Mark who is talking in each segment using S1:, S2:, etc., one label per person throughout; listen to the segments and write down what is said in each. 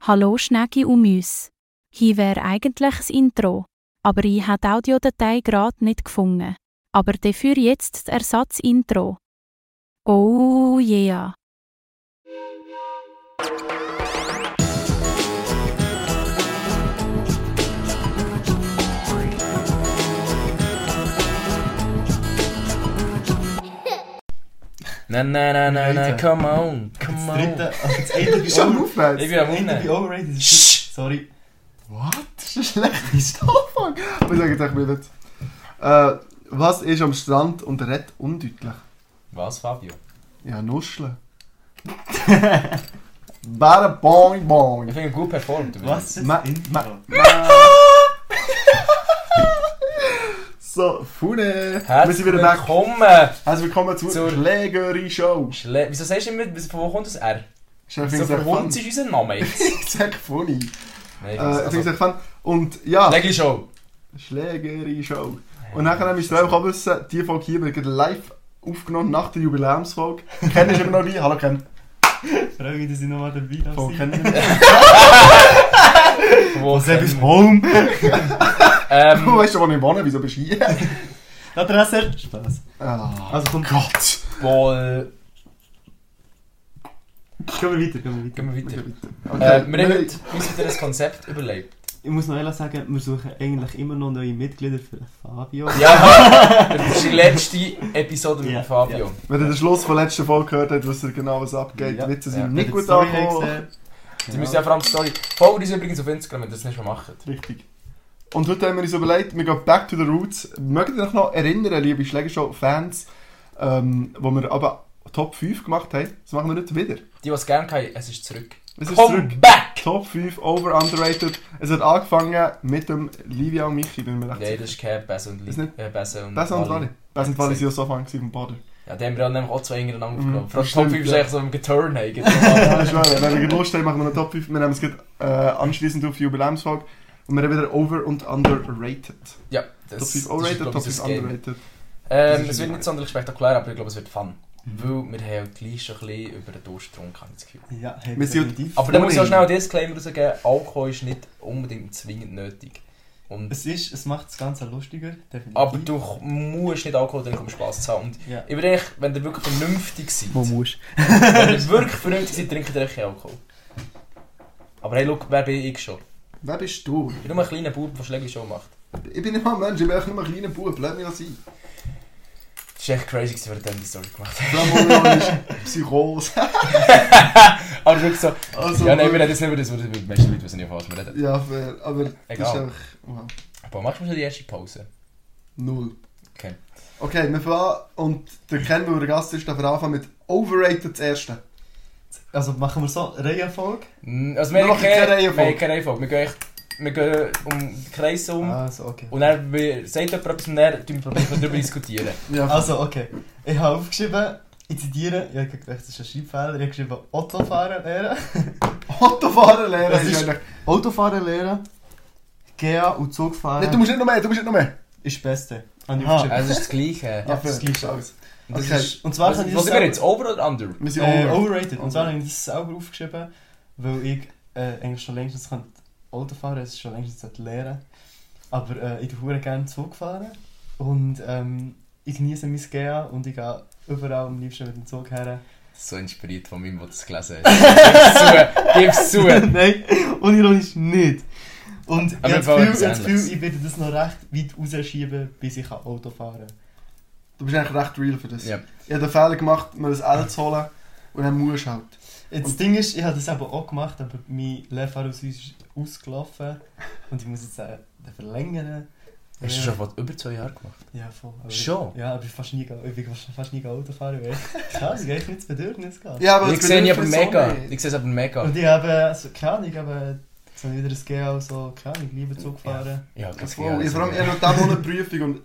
S1: Hallo Schnägi und Müs. Hier wäre eigentlich das Intro, aber ich habe die Audiodatei gerade nicht gefunden. Aber dafür jetzt das Ersatzintro. Oh yeah.
S2: Nein, nein, nein, nein, nein,
S3: Leute.
S2: come on, come
S3: Das
S2: on.
S3: dritte. Also das eine
S4: Ist am
S3: over- Ich
S4: Aufwärts.
S2: bin am
S3: das eine
S2: Unten.
S3: bin overrated. Das
S2: Sch.
S3: ist- Sorry.
S4: What? Das ist ein schlechter Anfang. Wir sagen jetzt einfach nicht. Äh, was ist am Strand und redet undeutlich?
S2: Was, Fabio?
S4: Ja, Nuscheln. Bada boing
S2: Ich
S4: boing.
S2: finde ihn gut performt.
S3: Was ist
S4: Ma-
S3: das Intro?
S4: ma- So, Fune. Wir
S2: Herzlich
S4: sind wieder back.
S2: willkommen!
S4: Herzlich willkommen zur
S2: Zur-
S4: Schlägerei-Show.
S2: Schle Wieso sagst du immer, bis- wo kommt das R?
S4: Schnell,
S2: So
S4: find's echt fun.
S2: verhunzt ist unser Name jetzt.
S4: Ist echt funny.
S2: Nein, ich
S4: Äh, Ich
S2: also,
S4: finde es echt fun. Und ja.
S2: Legi Show.
S4: Schlägerei-Show. Und nachher haben wir es einfach wissen, die Folge hier wird live aufgenommen nach der Jubiläumsfolge. Kennen Sie immer noch die? Hallo Ken.
S3: Ich freue mich, dass ich nochmal dabei darf
S4: Von
S3: sein.
S4: kennen Sie noch
S2: Wo
S3: Sebis
S2: sind
S3: Home.
S4: Du
S2: ähm,
S4: weißt schon, wo ich wohne, wieso bist du hier?
S3: Adresse. Spaß.
S4: Ah,
S3: Also komm,
S4: Gott.
S2: wohl.
S3: gehen wir weiter, gehen wir weiter.
S2: Gehen wir weiter.
S4: Okay,
S2: Äh, wir haben
S4: nein.
S2: heute uns wieder ein Konzept überlegt.
S3: Ich muss noch ehrlich sagen, wir suchen eigentlich immer noch neue Mitglieder für den Fabio.
S2: Ja, das ist die letzte Episode mit
S3: Ja,
S2: Fabio.
S4: Wenn ihr den Schluss von der letzten Folge gehört habt, wisst ihr genau, was abgeht.
S3: Ja.
S4: Witze sind
S2: Ja.
S4: nicht
S3: Wenn ihr die
S4: gut
S3: Story
S4: angekommen.
S3: habt
S2: Sie
S3: gesehen.
S2: müssen ja vor allem die Story. Folgt uns übrigens auf Instagram, wenn ihr das nicht schon macht.
S4: Richtig. Und heute haben wir uns überlegt, wir gehen back to the roots. Mögt ihr euch noch erinnern, liebe Schlägershow-Fans, ähm, wo wir aber Top 5 gemacht haben? Das machen wir nicht wieder.
S2: Die, die es gerne haben, es ist zurück.
S4: Es ist
S2: Come
S4: zurück.
S2: back!
S4: Top 5 over underrated. Es hat angefangen mit dem Livia und Michi, bin ich mir recht
S2: Nein,
S4: sicher.
S2: das ist kein Bess und
S4: Ist
S2: Lee.
S4: nicht-
S2: Äh, Bess und
S4: Besser und
S2: Wally.
S4: Wally. Besser und Wally sind ja so fangen auf dem Boden.
S2: Ja, die haben wir auch nämlich auch zwei Engländer
S4: Mhm,
S2: aufgenommen. Vor allem
S4: das
S2: Top
S4: stimmt,
S2: 5 ist
S4: ja.
S2: eigentlich so im Geturn. hey, geht
S4: Ja,
S2: nochmal.
S4: das ist wahr. Wenn wir Lust haben, machen wir eine Top 5. Wir nehmen es gleich, äh, anschließend auf die Jubiläumsfolge. Und wir haben wieder over und underrated.
S2: ja,
S4: Top
S2: das,
S4: 5
S2: das ist,
S4: overrated,
S2: glaub
S4: Top
S2: ich,
S4: 5
S2: unser Game.
S4: underrated. Das
S2: Ähm,
S4: ist Mhm.
S2: es wird
S4: egal.
S2: nicht sonderlich spektakulär, aber ich glaube, es wird fun. Weil wir haben ja gleich schon ein bisschen über den Durst getrunken, habe ich das Gefühl.
S3: Ja, hey,
S4: Wir sind-
S3: definitiv.
S2: Aber dann muss ich auch
S4: Ohnehin.
S2: schnell einen Disclaimer rausgeben, Alkohol ist nicht unbedingt zwingend nötig. Und,
S3: Es ist, es macht das Ganze lustiger. Definitiv.
S2: aber du musst nicht Alkohol trinken, um Spass zu haben. Und
S3: Ja.
S2: ich bin eigentlich, wenn ihr wirklich vernünftig seid,
S3: musst?
S2: wenn ihr wirklich vernünftig seid, trinkt ihr eigentlich keinen Alkohol. Aber hey, look, wer bin ich schon?
S4: Wer bist du?
S2: Ich bin nur ein kleiner Bub, der Schläge schon macht.
S4: Ich bin nicht mal ein Mensch, ich bin einfach nur ein kleiner Bub. Lass mich das sein.
S2: Das ist echt crazy, gewesen, wenn er dann die Story gemacht hat.
S4: Flamorion ist Psychose.
S2: Aber wirklich so.
S4: Also,
S2: ja, nein, wir reden jetzt nicht über das, weil die meisten Leute wissen ja, von was wir reden.
S4: Ja, dus, fair. Aber das ist
S2: Egal.
S4: einfach... Wow.
S2: Aber machst du mal die erste Pause?
S4: Null.
S2: Okay.
S4: Okay, wir fangen und der Ken, der der Gast ist, darf er anfangen mit Overrated das erste.
S3: Also machen wir so Reihenfolge.
S2: Mm, Also, wir
S4: Wir
S2: haben
S4: machen
S2: keine wir
S4: keine Reihenfolge.
S2: haben keine Reihenfolge. Wir gehen, echt, wir gehen um den Kreis um
S3: Also okay.
S2: und dann wir- sagt jemand etwas und dann tun wir probieren, darüber diskutieren.
S4: Ja,
S3: Also, okay. Ich habe aufgeschrieben, ich zitiere, ich habe gedacht, das ist ein Schreibfehler, ich habe geschrieben, Autofahren lehren.
S4: Autofahren lernen
S3: Das
S4: ist
S3: ist-
S4: eigentlich...
S3: Autofahren lehren, GA und Zugfahren
S4: Nein, du musst nicht noch mehr, du musst nicht noch mehr.
S3: ist das Beste. Habe ich
S4: Aha.
S3: aufgeschrieben.
S2: Also, es ist das Gleiche.
S3: Ja, das Gleiche.
S4: alles.
S2: Und das
S4: okay.
S2: ist,
S3: Und zwar
S2: was
S3: habe ich
S2: was sind
S3: das
S2: wir
S3: selber-
S2: jetzt? Over oder under?
S4: Wir sind
S3: Äh,
S4: over.
S3: overrated. Und zwar habe ich das selber aufgeschrieben, weil ich äh, eigentlich schon längstens kann Autofahren es ist schon längstens hätte lehren Aber äh, ich fahre gerne Zug fahren und ähm, ich genieße mein GA und ich gehe überall am liebsten mit dem Zug her.
S2: So inspiriert von mir, der das gelesen hat. Gib's zu! Gib's zu!
S3: Nein, unironisch nicht.
S2: Aber
S3: Und ich
S2: wir
S3: habe
S2: wollen
S3: das Gefühl, ich,
S2: etwas
S3: habe das Gefühl,
S2: Ähnliches.
S3: ich werde das noch recht weit rausschieben, bis ich Auto fahren kann.
S4: Du bist eigentlich recht real für das.
S2: Ja.
S4: Ich habe den Fehler gemacht, mir das L zu holen und dann musst du halt.
S3: Jetzt, Das Ding ist, ich habe das eben auch gemacht, aber mein Lehrfahrausweis ist ausgelaufen und ich muss jetzt äh, den verlängern.
S2: Hast du
S3: ja,
S2: schon vor über zwei Jahren gemacht?
S3: Ja, voll. Aber
S2: Schon?
S3: Ich, ja, aber ich bin fast nie, ich bin fast, fast nie Auto fahren. weil ich- Krass, ich habe echt nicht das Bedürfnis gehabt.
S4: Ja,
S2: ich
S4: das
S2: sehe ihn aber
S4: Bedürfnis so
S2: mega.
S4: nicht.
S2: Ich sehe es aber mega.
S3: Und ich habe, also, keine Ahnung, aber jetzt habe ich wieder das GL, so, keine Ahnung, lieber Zug fahren.
S2: Ja, ganz
S4: Voll. Ich vor allem, ich habe noch diesen Monat Prüfung und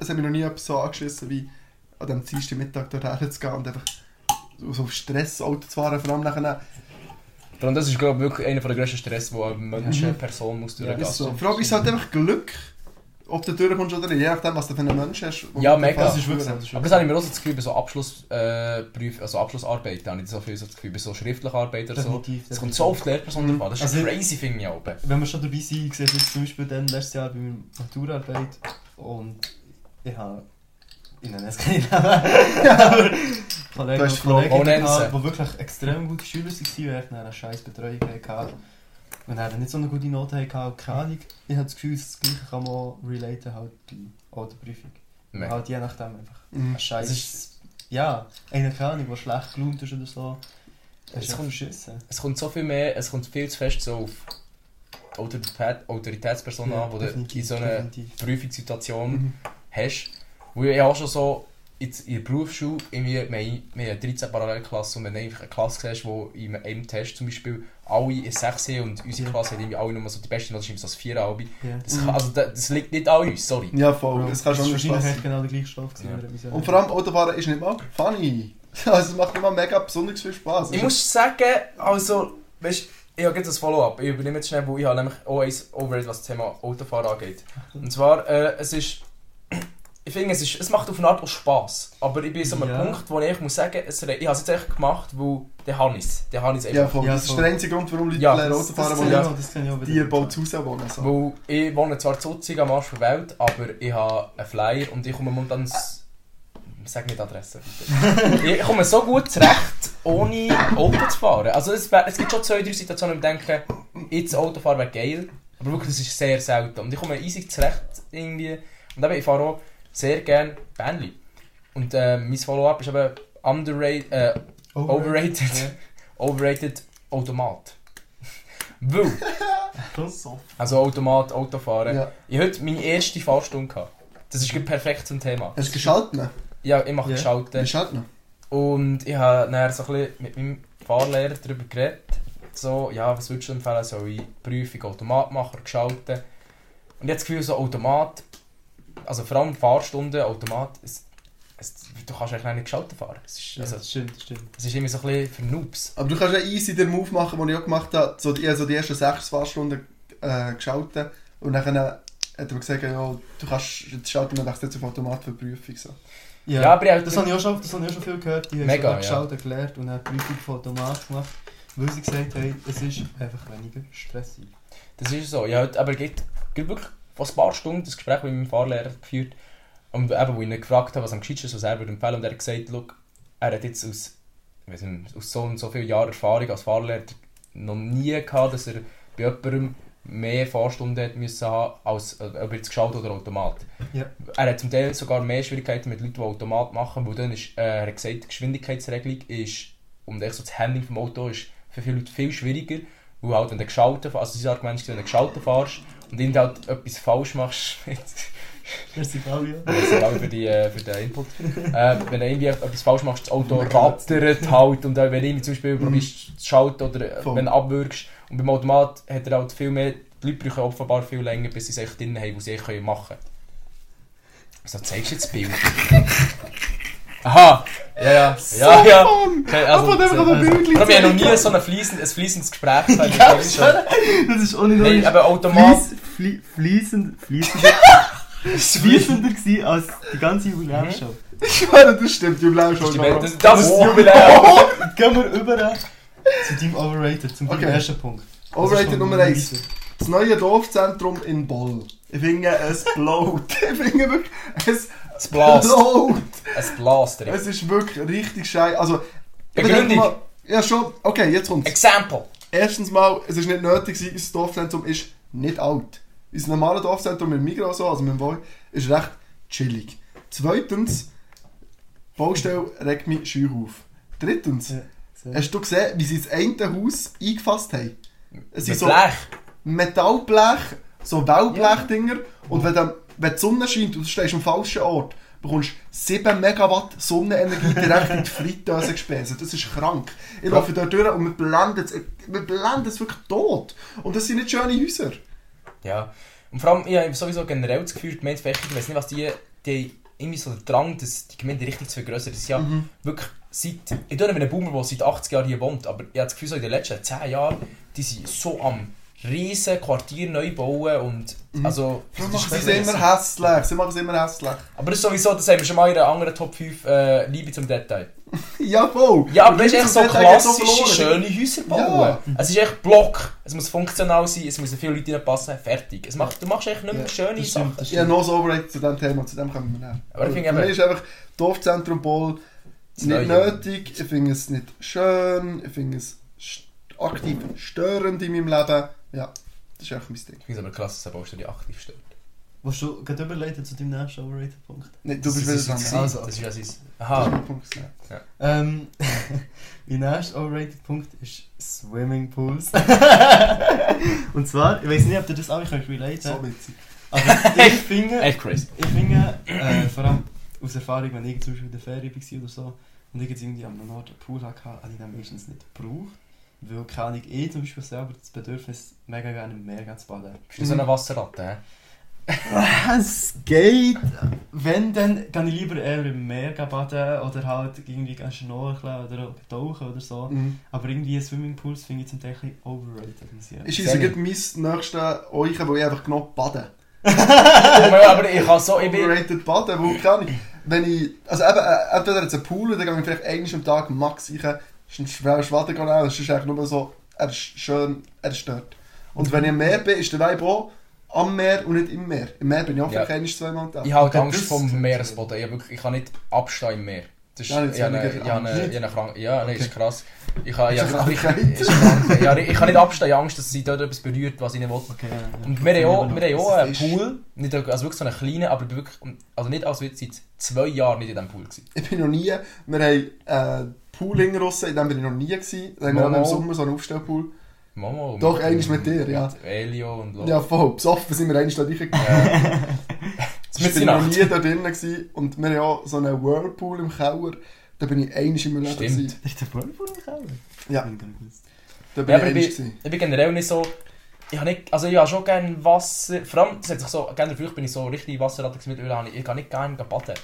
S4: es hat mich noch nie etwas so angeschissen wie an diesem Dienstag Mittag dorthin zu gehen und einfach so so auf Stress Auto zu fahren, vor allem nachher.
S2: Vor allem das ist, glaube ich, wirklich einer der grössten Stress, den ein Mensch, eine Person muss durchgehen
S4: Ist
S2: muss.
S4: so. Vor allem, ist halt einfach Glück, ob du durchkommst oder nicht, je nachdem, was du für einen Menschen hast.
S2: Ja, mega.
S3: Das ist wirklich so. Das ist
S2: Aber
S3: wirklich
S2: das habe ich mir auch so das Gefühl, bei so Abschlussarbeiten, äh, Prüf- also Abschlussarbeiten, habe ich so viel so das Gefühl, bei so schriftlichen Arbeiten oder so.
S3: Definitiv,
S2: Es kommt so auf die Lehrperson
S3: Mhm.
S2: drauf an. Das ist
S3: Also-
S2: crazy, finde ich oben.
S3: Wenn wir schon dabei sind, ich sehe es jetzt zum Beispiel dann letztes Jahr bei meiner Maturarbeit und ich habe ihnen jetzt keine Namen. Aber Kollegen
S4: Das
S3: und
S4: ist froh.
S2: Oh,
S3: Kolleginnen,
S2: nennen
S3: gehabt, die wirklich extrem gute Schüler waren, die dann eine scheiß Betreuung hatten. Und dann nicht so eine gute Note hatten, und keine Ahnung. Ich habe das Gefühl, das Gleiche kann man auch relaten halt bei Autoprüfung.
S2: Mega.
S3: Halt je nachdem einfach.
S4: Mhm.
S3: Ein scheiß...
S2: Es
S3: ja, einer, keine Ahnung, der schlecht gelaunt ist oder so. Das
S2: Es
S3: ist
S2: kommt-
S3: kommt Schissen.
S2: Es kommt so viel mehr, es kommt viel zu fest so auf Autorität, Autoritätspersonen an, die du in so einer
S3: definitiv.
S2: Prüfungssituation
S4: Mhm.
S2: hast. Weil ich auch schon so in, in der Berufsschule, irgendwie, wir, haben- wir haben 13 Parallelklassen und wenn du einfach eine Klasse siehst, die in einem Test zum Beispiel alle in 6 haben und unsere
S3: Ja.
S2: Klasse hat irgendwie alle nur so die beste Note, das ist irgendwie so das 4 Albi.
S3: Ja.
S2: Das, kann- also, das, das liegt nicht an uns, sorry.
S4: Ja, voll.
S3: Bro,
S4: das kann schon
S3: ist
S4: nicht
S3: wahrscheinlich
S4: Spaß
S3: echt genau der gleiche Stoff
S2: Ja.
S3: gewesen. Ja.
S4: Und vor allem, Autofahren ist nicht mal funny. Also, es macht nicht mal mega besonders viel Spaß.
S2: Ich muss sagen, also, weißt ich habe jetzt ein Follow-up. Ich übernehme jetzt schnell, weil ich habe nämlich auch eins overrated, was das Thema Autofahren angeht. Und zwar, äh, es ist. Ich finde, es, ist, es macht auf eine Art auch Spass. Aber ich bin so an einem
S3: Ja.
S2: Punkt, wo ich echt muss sagen, es, re- ich habe es jetzt echt gemacht, weil der Hannes, der Hannes
S4: Ja,
S2: einfach.
S4: voll.
S3: Ja,
S4: das ist
S3: voll.
S4: der einzige Grund, warum Leute
S2: Ja,
S4: lernen
S2: das-
S4: Autofahren,
S3: das
S4: wo
S3: kann
S2: ja.
S4: nicht
S3: ich auch- das kann ich auch wieder.
S4: die bauen zu Hause wohnen. So.
S2: Weil ich wohne zwar zu Zuzig am Arsch der Welt, aber ich habe einen Flyer und ich komme momentan. s- Sag mir die Adresse. bitte. ich komme so gut zurecht, ohne Auto zu fahren. Also es, wär- es gibt schon zwei, drei Situationen, wo ich denke, jetzt Autofahren wäre geil. Aber wirklich, das ist sehr selten. Und ich komme easy zurecht irgendwie. Und eben, ich fahre auch sehr gerne Bentley. Und äh, mein Follow-up ist eben underrated, äh, overrated, overrated Automat. Weil,
S3: So.
S2: also Automat, Autofahren.
S4: Ja.
S2: Ich hatte heute meine erste Fahrstunde. Gehabt. Das ist gerade perfekt zum Thema.
S4: Hast du geschalten?
S2: Ja, ich mache
S3: Mhm. Ja.
S2: geschaltet.
S4: Geschalten?
S2: Und ich habe nachher so ein bisschen mit meinem Fahrlehrer darüber geredet. So, ja, was würdest du empfehlen? Soll ich Prüfung Automat machen oder geschalten? Und jetzt Gefühl, so Automat, also vor allem Fahrstunden, Automat, es, es, du kannst eigentlich nicht geschaltet fahren. Es ist,
S3: Ja,
S2: also,
S3: das stimmt, das stimmt.
S2: es ist immer so ein bisschen für Noobs.
S4: Aber du kannst ja easy den Move machen, den ich auch gemacht habe. So die, also die ersten sechs Fahrstunden äh, geschalten. Und dann hat er mir gesagt, ja, du kannst jetzt schalten und dann jetzt auf Automat für die Prüfung. So.
S2: Ja, aber ich habe
S3: das habe ich auch schon, das habe ich auch schon viel gehört. Die haben
S2: Mega,
S3: schon geschaut, erklärt und dann die Prüfung von Automat gemacht, weil sie gesagt haben, es ist einfach weniger stressig.
S2: Das ist so. Ich habe heute aber geht, geht wirklich vor ein paar Stunden das Gespräch mit meinem Fahrlehrer geführt. Und eben, wo ich ihn gefragt habe, was am gescheitsten ist, was er würde empfehlen Und er hat gesagt, «Look, er hat jetzt aus, ich weiss nicht, aus so und so vielen Jahren Erfahrung als Fahrlehrer noch nie gehabt, dass er bei jemandem mehr Fahrstunden hat müssen haben als äh, ob jetzt geschaut oder Automat.
S3: Ja.
S2: Er hat zum Teil sogar mehr Schwierigkeiten mit Leuten, die Automat machen, weil dann ist, äh, er hat gesagt, die Geschwindigkeitsregelung ist und echt so das Handling vom Auto ist für viele Leute viel schwieriger, weil halt, wenn du geschalten fährst, also sein Argument ist, wenn du geschalten fährst und irgendwie halt etwas falsch machst, jetzt,
S3: Merci, Fabio.
S2: also auch für, die, äh, für den Input, äh, wenn du irgendwie etwas falsch machst, das Auto rattert halt und auch wenn du irgendwie zum Beispiel probierst zu schalten oder äh,
S4: Voll.
S2: wenn du abwürgst und beim Automat hat er halt viel mehr, die Leute brauchen offenbar viel länger, bis sie es echt drin haben, was sie echt können machen können. Wieso zeigst du jetzt das Bild? Aha! Ja, ja, ja, ja. Okay, also,
S4: Aber dann
S2: so-
S4: kann man
S3: also-
S4: Bildchen
S2: aber wir haben noch nie
S4: zeigen.
S2: so ein fließendes, ein fließendes Gespräch gehabt. Ich glaube schon.
S3: Das ist ohne
S2: Nein, aber Automat.
S3: fließend, fließender, fließender gewesen als die ganze Jubiläumsshow.
S4: Ich meine, das stimmt, du bleibst
S2: Das,
S4: schon.
S2: ist die Welt- das, das ist das Jubiläum.
S4: Oh,
S3: Gehen wir über äh, zu deinem Overrated, zum
S4: Okay.
S3: ersten Punkt. Das ist
S4: Overrated
S3: schon
S4: Nummer
S3: ein
S4: 1. Das neue Dorfzentrum in Boll. Ich finde, es blowt. Ich finde wirklich, es
S2: Es blast.
S4: blowt.
S2: Es blast. richtig.
S4: Es ist wirklich richtig scheiße. Also, ich
S2: Begründung.
S4: bedenke mal- Ja, schon. Okay, jetzt kommt's.
S2: Example.
S4: Erstens mal, es ist nicht nötig, gewesen, unser Dorfzentrum ist nicht alt. Unser normales Dorfzentrum mit Migros, also mit dem Wohl, ist recht chillig. Zweitens, Baustelle regt mich scheu auf. Drittens,
S3: Ja, sehr.
S4: hast du gesehen, wie sie das eine Haus eingefasst haben?
S2: Mit
S4: Es sind so
S2: Blech.
S4: Metallblech, so Wellblechdinger. Und wenn, dann, wenn die Sonne scheint und du stehst am falschen Ort, bekommst du 7 Megawatt Sonnenenergie direkt in die Fritteuse gespeist. Das ist krank. Ich laufe da durch und wir blenden es, wir blenden es wirklich tot. Und das sind nicht schöne Häuser.
S2: Ja. Und vor allem, ich habe sowieso generell das Gefühl, die Gemeinde Fächig, ich weiß nicht, was die, eh, die irgendwie so den Drang, dass die Gemeinde richtig zu vergrößern. Das ist Dus ja
S4: Mhm.
S2: wirklich seit, ah, ich tue mit einem Boomer, der seit 80 Jahren hier wohnt, aber ich habe das Gefühl, so in den letzten 10 Jahren, die sind so am riesen Quartier neu bauen und
S4: Mhm.
S2: also... dus
S4: Sie
S2: das
S4: machen
S2: ist
S4: es immer hässlich. Sie machen es immer hässlich.
S2: Aber das ist sowieso, das haben wir schon mal in einer anderen Top 5 äh, Liebe zum Detail.
S4: Ja, voll.
S2: Ja, aber das ist echt so
S4: Und dann geht's auch
S2: klassische,
S4: verloren.
S2: schöne Häuser bauen.
S4: Ja.
S2: Es ist echt Block, es muss funktional sein, es müssen viele Leute reinpassen, fertig. Es macht, du machst echt nicht mehr
S4: Ja,
S2: schöne
S3: das stimmt,
S2: Sachen.
S3: das
S4: Ja,
S3: stimmt.
S4: noch so overrated zu dem Thema, zu dem kommen wir näher. Also,
S2: Aber ich finde
S4: Für
S2: eben-
S4: mich ist einfach Dorfzentrum Ball nicht
S2: Neue.
S4: nötig, ich finde es nicht schön, ich finde es st- aktiv störend in meinem Leben. Ja, das ist echt mein Ding.
S2: Ich finde es aber krass, dass eine Baustelle aktiv stört.
S3: Willst du gerade überleiten zu deinem nächsten Overrated-Punkt?
S4: Nee, du
S2: das
S4: bist
S2: ist
S4: wieder
S2: jetzt
S4: dran.
S3: Also.
S2: Das ist ja sein.
S4: Das ist
S2: Aha.
S4: mein Punkt. ja.
S3: Ähm, mein nächster Overrated-Punkt ist Swimmingpools. Und zwar, ich weiß nicht, ob ihr das auch ich könnt relaten
S4: So witzig.
S3: aber ich finde...
S2: Echt crazy.
S3: Ich finde, äh, vor allem aus Erfahrung, wenn ich zum Beispiel in der Ferien war oder so und ich jetzt irgendwie an einem Ort einen Pool hatte, habe ich den meistens nicht gebraucht. Weil keine Ahnung, ich zum Beispiel selber das Bedürfnis mega gerne im Meer gehen zu baden.
S2: Bist du so
S4: Mhm.
S2: eine Wasserratte, hä?
S3: Was geht? Wenn, dann kann ich lieber eher im Meer gehen baden oder halt irgendwie gehen schnorcheln oder tauchen oder so.
S4: Mhm.
S3: Aber irgendwie Swimmingpools finde ich zum Teil ein bisschen overrated. muss ich sagen.
S4: Ist unser mein nächster Euchen, wo ich einfach genug baden.
S2: aber, aber ich kann so, ich bin...
S4: Overrated baden, wo kann ich? Wenn ich, also eben, äh, entweder jetzt einen Pool, dann gehe ich vielleicht einmal am Tag max rein, ist ein schwerer Schwadenkanal, das ist eigentlich nur so, er ist schön, er stört.
S2: Mhm.
S4: Und wenn ich am Meer bin, ist der Vibe auch am Meer und nicht im Meer. Im Meer bin ich auch
S2: Ja.
S4: vielleicht einmal zweimal am Tag.
S2: Ich habe halt
S3: Okay,
S2: Angst
S3: das-
S2: vom Meeresboden. Ich, hab wirklich, ich kann nicht abstehen im Meer. Das ist,
S4: Ja,
S2: ja,
S4: jetzt
S2: ich habe
S4: weniger
S2: eine, ich habe eine,
S4: Angst.
S2: ich habe eine Krank Ja, nee,
S3: Okay.
S2: ist krass. Ich kann, ich,
S4: Ist eine
S2: habe- ich,
S4: Krankheit.
S2: ist eine Krankheit. ja, ich kann nicht abstehen. Ich habe Angst, dass sie dort etwas berührt, was ich nicht will.
S3: Okay, ja, ja.
S2: Und wir haben auch, wir haben auch einen
S4: Fisch.
S2: Pool, nicht, also wirklich so einen kleinen, aber wirklich, also nicht als Witz, seit zwei Jahren nicht in diesem Pool gewesen.
S4: Ich bin noch nie, wir haben äh, Pool in Russen, in dem bin ich noch nie gewesen. Dann haben wir
S2: Mama.
S4: im Sommer so einen
S2: Oh
S4: Aufstellpool.
S2: Mama und
S4: Doch, einmal mit dir, ja.
S2: Mit Elio und Lo.
S4: Ja, voll, besoffen sind wir einmal da reingegangen.
S2: Ja.
S4: Ich
S2: Mit
S4: bin noch
S2: Nacht.
S4: nie da drinnen gewesen. und wir haben auch so einen Whirlpool im Keller. Da bin ich einmal in meinem Leben
S2: Stimmt.
S4: gewesen.
S3: Ist der Whirlpool im Keller?
S4: Ja.
S3: Ich bin gar nicht gewusst.
S4: Da bin
S2: Ja,
S4: ich
S2: aber ich
S4: einmal
S2: bin,
S4: gewesen.
S2: ich bin generell nicht so. Ich habe nicht, also ich habe schon gerne Wasser. Vor allem, das hat sich so, gerne früher bin ich so richtig Wasserratte gewesen mit Öl. habe Ich, ich kann nicht gerne baden.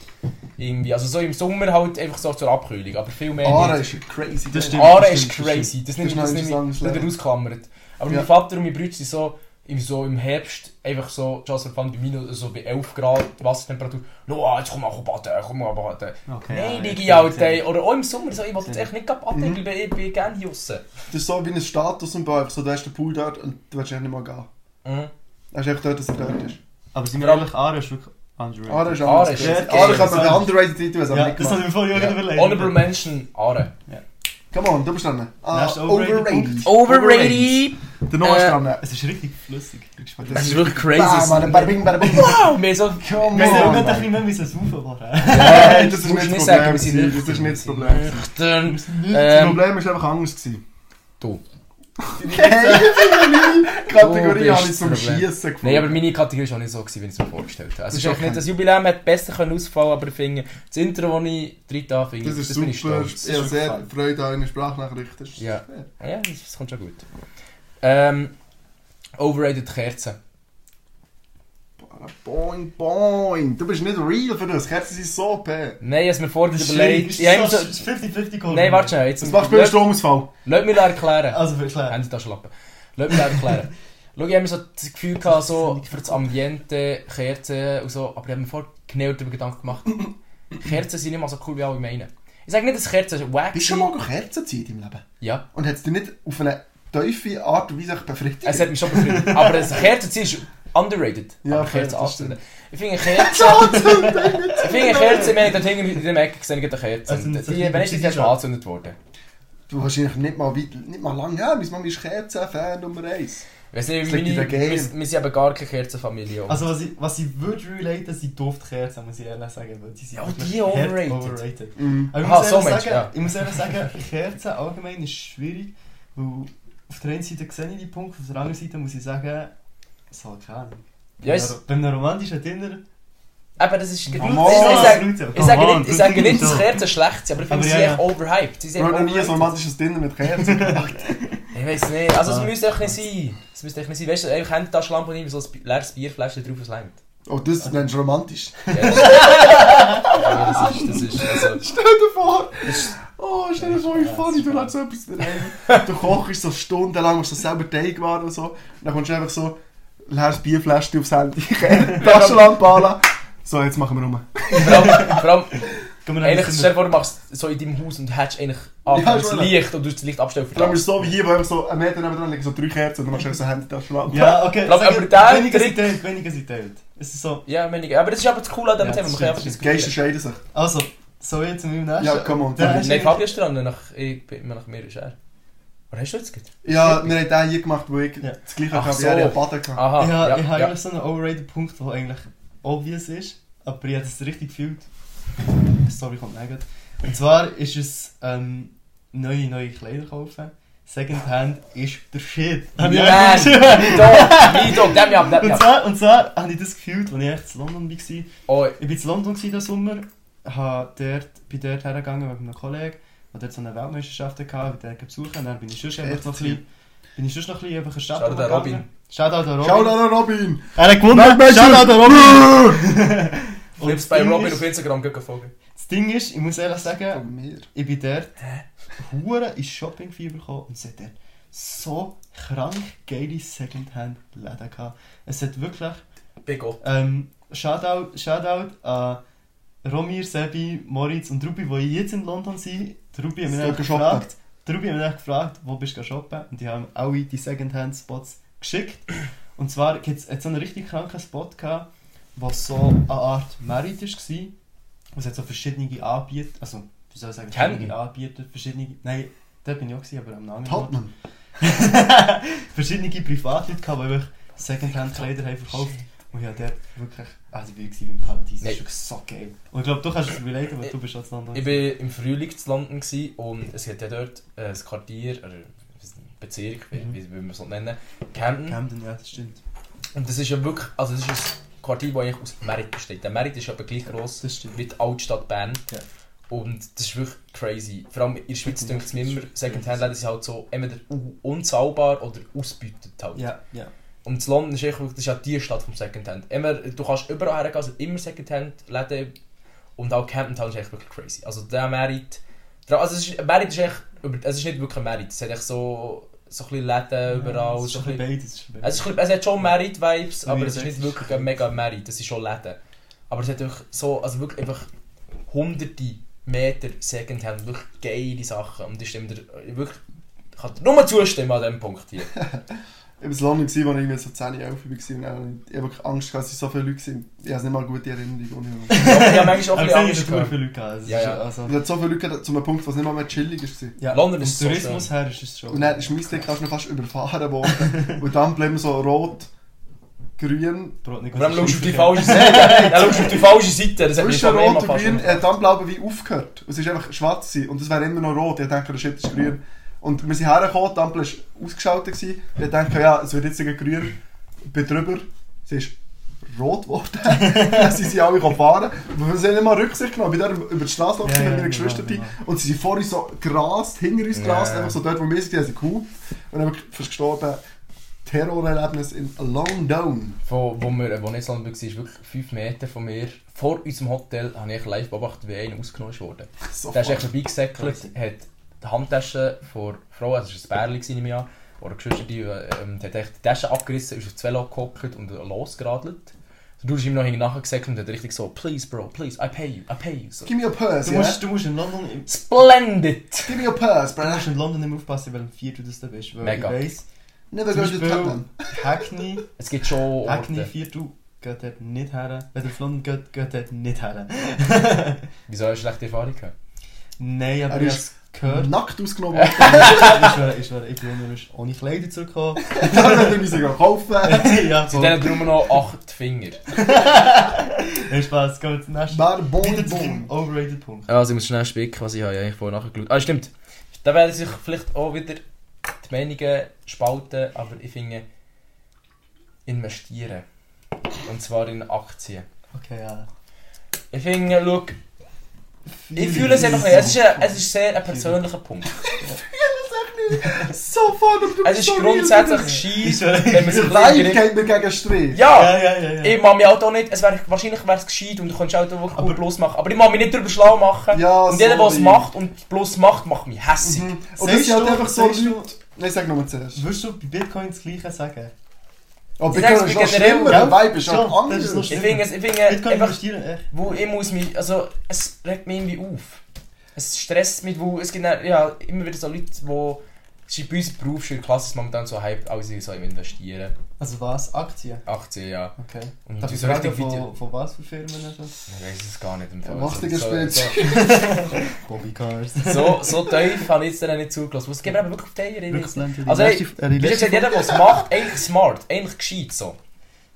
S2: Irgendwie, also so im Sommer halt einfach so zur Abkühlung, aber viel mehr
S4: Aare
S2: nicht.
S4: ist crazy.
S3: Das stimmt.
S2: Aare
S3: das
S2: ist
S3: stimmt, das
S2: crazy, das
S4: stimmt.
S2: nimmt das nimmt
S4: Das ist noch ein
S2: nicht
S4: anderes
S2: wieder
S4: Leben.
S2: ausklammert. Aber
S4: Ja.
S2: mein Vater und meine Brüder sind so im, so im Herbst einfach so, just for fun, bei minus, so bei 11 Grad Wassertemperatur. No, ah, jetzt komm mal baden, komm mal baden.
S3: Okay, ja,
S2: Nein,
S3: ja,
S2: liege ich
S3: stimmt,
S2: halt,
S3: ja.
S2: ey. Oder auch im Sommer, so, ich will jetzt echt nicht baden,
S4: Mhm.
S2: ich bin, ich bin gerne hier draussen.
S4: Das ist so wie ein Statussymbol. einfach So, du hast den Pool dort und du willst echt nicht mal gehen.
S2: Mhm.
S4: Du hast echt dort, dass er dort ist.
S3: Aber sind wir ehrlich, Aare ist wirklich underrated.
S4: Aare ist
S2: Aare
S4: anders.
S2: ist
S4: Aare,
S2: echt
S3: geil.
S4: kann man bei underrated reintun,
S3: Ja, dus
S4: das haben
S3: das
S4: wir nicht
S3: habe
S4: gemacht.
S3: ich mir vorhin auch
S2: Ja.
S3: gerade überlegt.
S2: Honorable Menschen, Aare.
S4: Come on, du bist dran. Ah,
S3: Nächster overrated Punkt.
S4: overrated.
S2: Overrated!
S4: Der Noah ist
S2: Äh,
S4: dran.
S3: Es ist richtig flüssig. Ich weiß
S2: Das ist wirklich crazy.
S4: Bam, Mann, bada bing, bada bing.
S2: Wow, wir Ah, so,
S4: Oh,
S2: come
S3: nicht, ob wir
S2: on.
S3: ein bisschen mehr müssen saufen machen.
S4: Nein,
S2: das
S4: das
S2: musst
S4: ist nicht
S2: du
S4: das
S2: nicht sagen,
S4: Problem.
S2: wir sind
S4: gewesen. Das ist nicht das
S2: nüchtern.
S4: Problem.
S2: Nüchtern.
S4: Das
S2: Ähm,
S4: Problem war einfach anders. gewesen.
S2: Du.
S4: Kategorie
S2: Du
S4: habe ich
S2: bist
S4: zum
S2: das Problem.
S4: Schiessen gefunden.
S2: Nein, aber meine Kategorie war auch nicht so, gewesen, wie ich es mir vorgestellt habe. Es
S4: Das
S2: ist
S4: ist
S2: auch
S4: okay.
S2: nicht, das Jubiläum hätte besser können ausfallen aber ich finde, das Intro, das ich drin da finde,
S4: Das
S2: das,
S4: ist
S2: bin ich
S4: super.
S2: stolz.
S4: Ich habe sehr Freude an einer Sprachnachricht. Das ist
S2: Ja.
S4: fair.
S2: Ja, das, das kommt schon gut. Ähm, overrated Kerzen.
S4: Boing, boing. Du bist nicht real für das. Kerzen sind so p.
S2: Nein, ich habe es mir vorhin überlegt. Ich habe immer so...
S3: 50-50 geholt.
S2: Nein, warte schnell. Jetzt,
S4: Das macht mir
S2: lass,
S4: Stromausfall.
S2: lass mich erklären.
S3: Also, verklärt.
S2: Hände da schlappen. Lass mich erklären. Schau, ich habe so das Gefühl gehabt, so für das Ambiente, Kerzen und so, aber ich habe mir vorher genau darüber Gedanken gemacht. Kerzen sind nicht mal so cool, wie alle meinen. Ich sage nicht, dass Kerzen wack
S4: Bist du schon mal Kerzen ziehen in deinem Leben?
S2: Ja,
S4: Und hat es dich nicht auf eine tiefe Art und Weise befriedigt?
S2: es hat mich schon befriedigt. aber das Kerzen ist underrated.
S4: Ja,
S2: aber
S4: fair,
S2: Kerzen
S4: das
S2: anzünden. Ich finde Kerzen... ich finde Kerzen, wir haben dort hinten in der Ecke gesehen, gibt eine Kerze.
S3: Also,
S2: Und
S3: das
S2: die,
S3: ist
S2: wenn ist das
S3: nicht
S2: erste
S3: so.
S2: Mal angezündet worden?
S4: Du wahrscheinlich nicht mal weit, nicht mal lange her. Meine Mama ist Kerzen-Fan Nummer 1.
S2: Ich weiss nicht,
S4: Das
S2: wie
S4: liegt in
S2: meine...
S4: der Game.
S2: Wir, wir sind eben gar keine Kerzenfamilie.
S3: Also, was ich, was ich würde relaten, sind Duftkerzen, muss ich ehrlich sagen. Weil die sind
S2: Ja,
S3: wirklich
S2: die
S3: hart
S2: overrated.
S3: overrated.
S4: Mhm.
S3: Aber ich,
S2: Aha,
S3: muss
S2: so
S3: ehrlich
S2: meinst du,
S3: sagen,
S2: ja.
S3: ich muss ehrlich sagen, Kerzen allgemein ist schwierig, weil auf der einen Seite sehe ich die Punkte, auf der anderen Seite muss ich sagen, so keine Ahnung.
S2: ja, es,
S3: Bei einem romantischen Dinner...
S2: aber das ist...
S4: Mama.
S2: Ich sage-
S3: Leute,
S2: Ich sage
S3: come on,
S2: nicht, ich sage
S3: Leute,
S2: nicht dass
S3: so.
S2: Kerzen schlecht sind, aber ich finde
S3: Aber
S2: sie
S3: ja,
S2: echt
S3: ja.
S2: overhyped. Sie
S4: Ich
S2: sind
S4: habe noch nie ein
S2: overhyped.
S4: romantisches Dinner mit Kerzen gemacht.
S2: Ich weiß nicht, also es
S3: Ah.
S2: müsste echt nicht sein. Es müsste echt nicht sein. Weißt du, einfach Handtaschenlampe und immer so ein Bi- leeres Bierfläschchen drauf, es reimt.
S4: Oh, das nennst du romantisch.
S2: Ja, das ist, das ist, also,
S4: Stell dir vor, Oh, stell dir vor, wie
S3: Ja,
S4: funny,
S3: das
S4: du
S3: ist
S4: lässt so etwas daheim. Du kochst so stundenlang, musst so selber Teig machen und so. Und dann kommst du einfach so, leeres Bierfläschchen aufs Handy, Taschenlampe anlassen. So, jetzt machen wir rum.
S2: Vor allem, vor allem
S3: Gehen wir
S2: eigentlich, stell dir
S3: eigentlich
S2: vor, du machst so in deinem Haus und hättest eigentlich anfangs
S4: schon.
S2: Licht und du das Licht abstellen für
S4: Vor allem
S2: das.
S4: ist es so wie hier, wo einfach so ein Meter neben dran liegen, so drei Kerzen und dann machst du einfach so eine Handytaschenlampe.
S3: Ja, okay.
S2: Glaub,
S3: sag
S2: aber
S3: ich-
S2: der
S3: weniger
S2: Trick-
S3: sind teilt, weniger sind teilt. Es ist so,
S2: Ja, weniger. Aber das ist aber das Coole an dem
S3: Ja,
S2: Thema. Man
S3: das
S2: kann einfach
S3: stimmt.
S4: Die Geister scheiden sich.
S3: also, so jetzt mit meinem nächsten.
S4: Ja, come on.
S3: Der
S4: Nein,
S3: ist
S2: Nein,
S3: irgendwie-
S2: Fabio ist dran, nach, ich, bin- nach mir ist er. Oder hast du jetzt gerade?
S4: Ja, wir haben den hier gemacht, wo ich
S3: Ja.
S4: das gleiche
S2: Ach
S4: hatte,
S2: so.
S4: wie er ja Ah, baden kann.
S2: Aha,
S3: ich habe
S2: ja,
S3: ich
S2: Ah, ja,
S3: habe eigentlich so einen overrated Punkt, der eigentlich obvious ist, aber ich habe es richtig gefühlt. Sorry, kommt nicht gut. Und zwar ist es ähm, neue, neue Kleider kaufen. Secondhand ist der Shit. Hab ich
S2: Nein,
S3: eigentlich-
S2: mein Dog, mein Dog, dem ja, dem
S3: Und
S2: ja.
S3: zwar, und zwar habe ich das gefühlt, als ich echt in London war. Ich
S2: Oh,
S3: war in London diesen Sommer, habe dort, bin dort hergegangen mit einem Kollegen, der dort so eine Weltmeisterschaft hatte, habe dort besuchen und dann bin ich sonst einfach noch ein bisschen, bin ich sonst noch ein bisschen einfach in die Stadt
S2: Shoutout an
S3: rumgegangen.
S2: Robin.
S3: Shoutout an Robin.
S4: Schau da noch Robin!
S3: Er hat gewonnen.
S4: Weltmeister!
S3: Shoutout an Robin. Und
S2: Flips
S3: das
S2: bei
S3: Ding
S2: Robin
S3: ist-
S2: auf Instagram, geh folgen.
S3: Das Ding ist, ich muss ehrlich sagen,
S4: Von mir.
S3: ich bin dort hure ins Shoppingfieber gekommen und es hat dort so krank geile Secondhand-Läden gehabt. Es hat wirklich...
S2: Big O.
S3: Ähm, Shoutout, Shoutout an Romir, Sebi, Moritz und Rubi, die jetzt in London sind. Der Rubi hat mich
S4: Sie
S3: dann
S4: haben geshoppt.
S3: gefragt, der Rubi hat mich dann gefragt, wo bist du shoppen? Und die haben alle die Secondhand-Spots geschickt. Und zwar gibt's- hat es so einen richtig kranken Spot gehabt, wo so eine Art Merit war. Und es hat so verschiedene Anbieter, also wie soll ich sagen,
S2: Kennen?
S3: verschiedene Anbieter, verschiedene... Nein, dort bin ich auch, gewesen, aber am anderen Ort.
S4: Tottenham.
S3: verschiedene Privatleute gehabt, die wirklich Secondhand-Kleider haben verkauft. Und ja, dort wirklich, also ich war gewesen beim Paradies, das
S2: Nein.
S3: ist wirklich so geil. Und ich glaube, du kannst es relaten, weil du bist als London.
S2: Ich war im Frühling zu London gewesen und es hat ja dort äh, ein Quartier, oder ich weiss nicht, Bezirk, wie,
S3: Mhm.
S2: wie man es nennen Camden.
S3: Camden, ja, das stimmt.
S2: Und das ist ja wirklich, also das ist ein Quartier, das eigentlich aus Merit besteht. Der Merit ist aber gleich gross
S3: Das stimmt.
S2: wie die Altstadt Bern.
S3: Ja.
S2: Und das ist wirklich crazy. Vor allem in der Schweiz denkt es mir immer, Secondhand-Läden sind halt so entweder un- unzahlbar oder ausbeutet halt.
S3: Ja, ja.
S2: Und das London ist echt wirklich, das ist ja die Stadt vom Secondhand. Immer, du kannst überall hergehen, also immer Secondhand-Läden. Und auch Camden Town ist echt wirklich crazy. Also der Merit, der- also es ist, Merit ist echt, über- es ist nicht wirklich ein Merit, es hat echt so, so ein bisschen Läden überall.
S3: Es ist
S2: so
S3: ein
S2: ein bisschen-
S3: bisschen beides. es ist ein bisschen
S2: Also, es, ist, ein bisschen- es hat schon Merit-Vibes,
S3: Ja,
S2: aber
S3: wie
S2: es ist
S3: gesagt,
S2: nicht
S3: es
S2: wirklich
S3: ist
S2: ein mega Merit, es ist schon Läden. Aber es hat einfach so, also wirklich einfach hunderte Meter Secondhand, wirklich geile Sachen. Und ich stimme dir äh, wirklich, ich kann dir nur zustimmen an diesem Punkt hier.
S4: Ich war in London, als ich irgendwie so 10, 11 war. und dann- Ich hatte wirklich Angst, dass es so viele Leute waren. Ich habe nicht mal gute Erinnerungen.
S2: Ich habe manchmal auch
S3: Aber
S2: ein
S3: ich
S4: Also,
S3: sehe, es
S2: bisschen Angst
S3: hat super
S2: gehabt.
S3: viele Leute gehabt. es ist
S2: Ja, ja.
S3: Also,
S4: Es hat so viele Leute gehabt, zu einem Punkt, wo es nicht mal mehr chillig war.
S3: ja.
S2: London ist
S3: Vom
S2: so
S3: Tourismus
S2: schön.
S3: her ist es schon.
S4: Und dann ist mein Stick fast noch fast überfahren worden. Und dann bleiben so rot, grün.
S3: Brot nicht
S2: Vor allem
S3: gut,
S2: schaust du auf die
S3: ist
S2: falsche Seite. Dann schaust du auf die falsche Seite. Das hat mich
S4: Zwischen
S2: schon
S4: rot
S2: immer
S4: und grün, äh,
S2: fast.
S4: er hat dann blau wie aufgehört. Und es ist einfach schwarz gewesen. Und es wäre immer noch rot. Ich dachte, der Shit ist grün. Und wir sind hergekommen, die Ampel war ausgeschaltet. Gewesen. Ich dachte, ja, es wird jetzt gegen grün. Ich bin drüber. Sie ist rot geworden. Dann sind sie alle gekommen fahren. Aber wir sind nicht mal Rücksicht genommen. Ich bin dann über die Straße gelaufen
S3: Ja,
S4: mit
S3: ja,
S4: meinen
S3: genau,
S4: Geschwistern.
S3: genau.
S4: Und sie sind vor uns so grast, hinter uns grast.
S2: Ja.
S4: Einfach so dort, wo wir sind, haben sie cool. Und dann wirklich fast gestorben. Terrorerlebnis in London.
S2: Von, wo wir, äh, wo nicht Land war, ist wirklich 5 Meter von mir. Vor unserem Hotel habe ich live beobachtet, wie einer ausgenommen wurde.
S4: So
S2: Der ist
S4: Oh, fuck.
S2: echt vorbeigesäckelt, hat die Handtasche von Frau, also es war ein Bärli gewesen im Jahr, oder Geschwister, die äh, ähm, die hat echt die Tasche abgerissen, ist auf das Velo gehockt und losgeradelt. So, du hast ihm noch hinten nachgesäckelt und hat richtig so, please bro, please, I pay you, I pay you. So,
S4: Give me a purse,
S3: Du
S4: yeah?
S3: musst, du musst in London im-
S2: Splendid!
S4: Give me a purse,
S3: du
S4: brother.
S3: musst in London immer aufpassen, welchem Viertel das du bist. Weil
S2: Mega.
S3: ich weiss,
S4: Never
S3: zum
S4: go to Tottenham.
S3: Beispiel Hackney,
S2: Es gibt schon
S3: Hackney
S2: Orte.
S3: Viertel geht dort nicht her. Wenn ihr auf London geht, geht dort nicht her.
S2: Wieso hast du schlechte Erfahrungen gehabt?
S3: Nein, aber ich
S4: Er
S3: habe
S4: ist
S3: es gehört.
S4: Nackt ausgenommen worden.
S3: ich schwöre, ich schwöre, ich bin unruhig ohne Kleider zurückgekommen.
S4: Dann hat er mich sogar kaufen.
S3: ja,
S2: Sie haben darum noch acht Finger.
S3: Viel Spaß, gehen wir zum nächsten.
S4: Bar bon
S3: Wieder zu deinem
S4: bon.
S3: overrated Punkt.
S2: Ja, Also ich muss schnell spicken, was ich habe ja eigentlich vorher nachgeschaut. Ah, stimmt. Da werden sich vielleicht auch wieder die Meinungen spalten, aber ich finde, investieren. Und zwar in Aktien.
S3: Okay, ja.
S2: Ich finde, schau, ich fühle es einfach nicht. Es ist, ein, es ist sehr ein persönlicher Punkt.
S4: So vorne, aber du
S2: Es ist
S4: so
S2: grundsätzlich
S3: Ist
S2: gescheit, wenn man sich
S3: ja-
S4: Der
S2: ein bisschen
S4: Weib
S2: gering-
S4: geht mir gegen den Strich.
S2: Ja,
S3: Ja, ja, ja. ja.
S2: ich mag mich halt auch nicht, es wär, wahrscheinlich wäre es gescheit und du könntest halt auch wirklich gut
S3: Aber-
S2: Plus machen. Aber ich mag mich nicht darüber schlau machen.
S4: Ja,
S2: und jeder, der es
S4: sorry.
S2: macht und Plus macht, macht mich hässig.
S4: Mhm. Und das
S3: Sagst
S4: sind halt
S3: du-
S4: einfach so
S3: sagst du-
S4: Leute... Nein, sag nochmal zuerst.
S3: Würdest du bei Bitcoin das Gleiche sagen?
S4: Aber
S2: Ich
S4: ich kann
S2: sag's
S4: es
S2: mir
S4: noch
S2: generell,
S4: schlimmer,
S3: ja.
S4: der Weib ist
S3: Schon,
S4: auch
S3: das ist noch
S4: anders.
S2: Ich
S3: stimmt.
S2: finde, es- ich finde
S3: Bitcoin
S2: einfach,
S3: investieren, echt.
S2: wo ich muss mich, also es regt mich irgendwie auf. Es stresst mich, wo es gibt dann, ja, immer wieder so Leute, die, es ist bei uns in der Berufsschule, Klasse ist momentan so hyped, alle sind so im Investieren.
S3: Also was? Aktien?
S2: 18 Jahre.
S3: Okay.
S2: Und
S3: Darf
S2: du
S3: ich
S2: so
S3: fragen,
S2: richtig
S3: von,
S2: Video...
S3: von was für Firmen ist das?
S2: Ich weiß es gar nicht im Fall.
S4: Mach dich
S2: So- so-
S4: gespitzt.
S3: Bobby Cars.
S2: So, so tief habe ich jetzt dann nicht zugelassen. Was gibt mir eben wirklich auf die Eier? ich weiss nicht.
S3: Rückblende, die
S2: Also,
S3: letzte-
S2: ey,
S3: äh, die
S2: Wie
S3: letzte
S2: gesagt, jeder, der es macht, eigentlich smart, eigentlich gescheit so.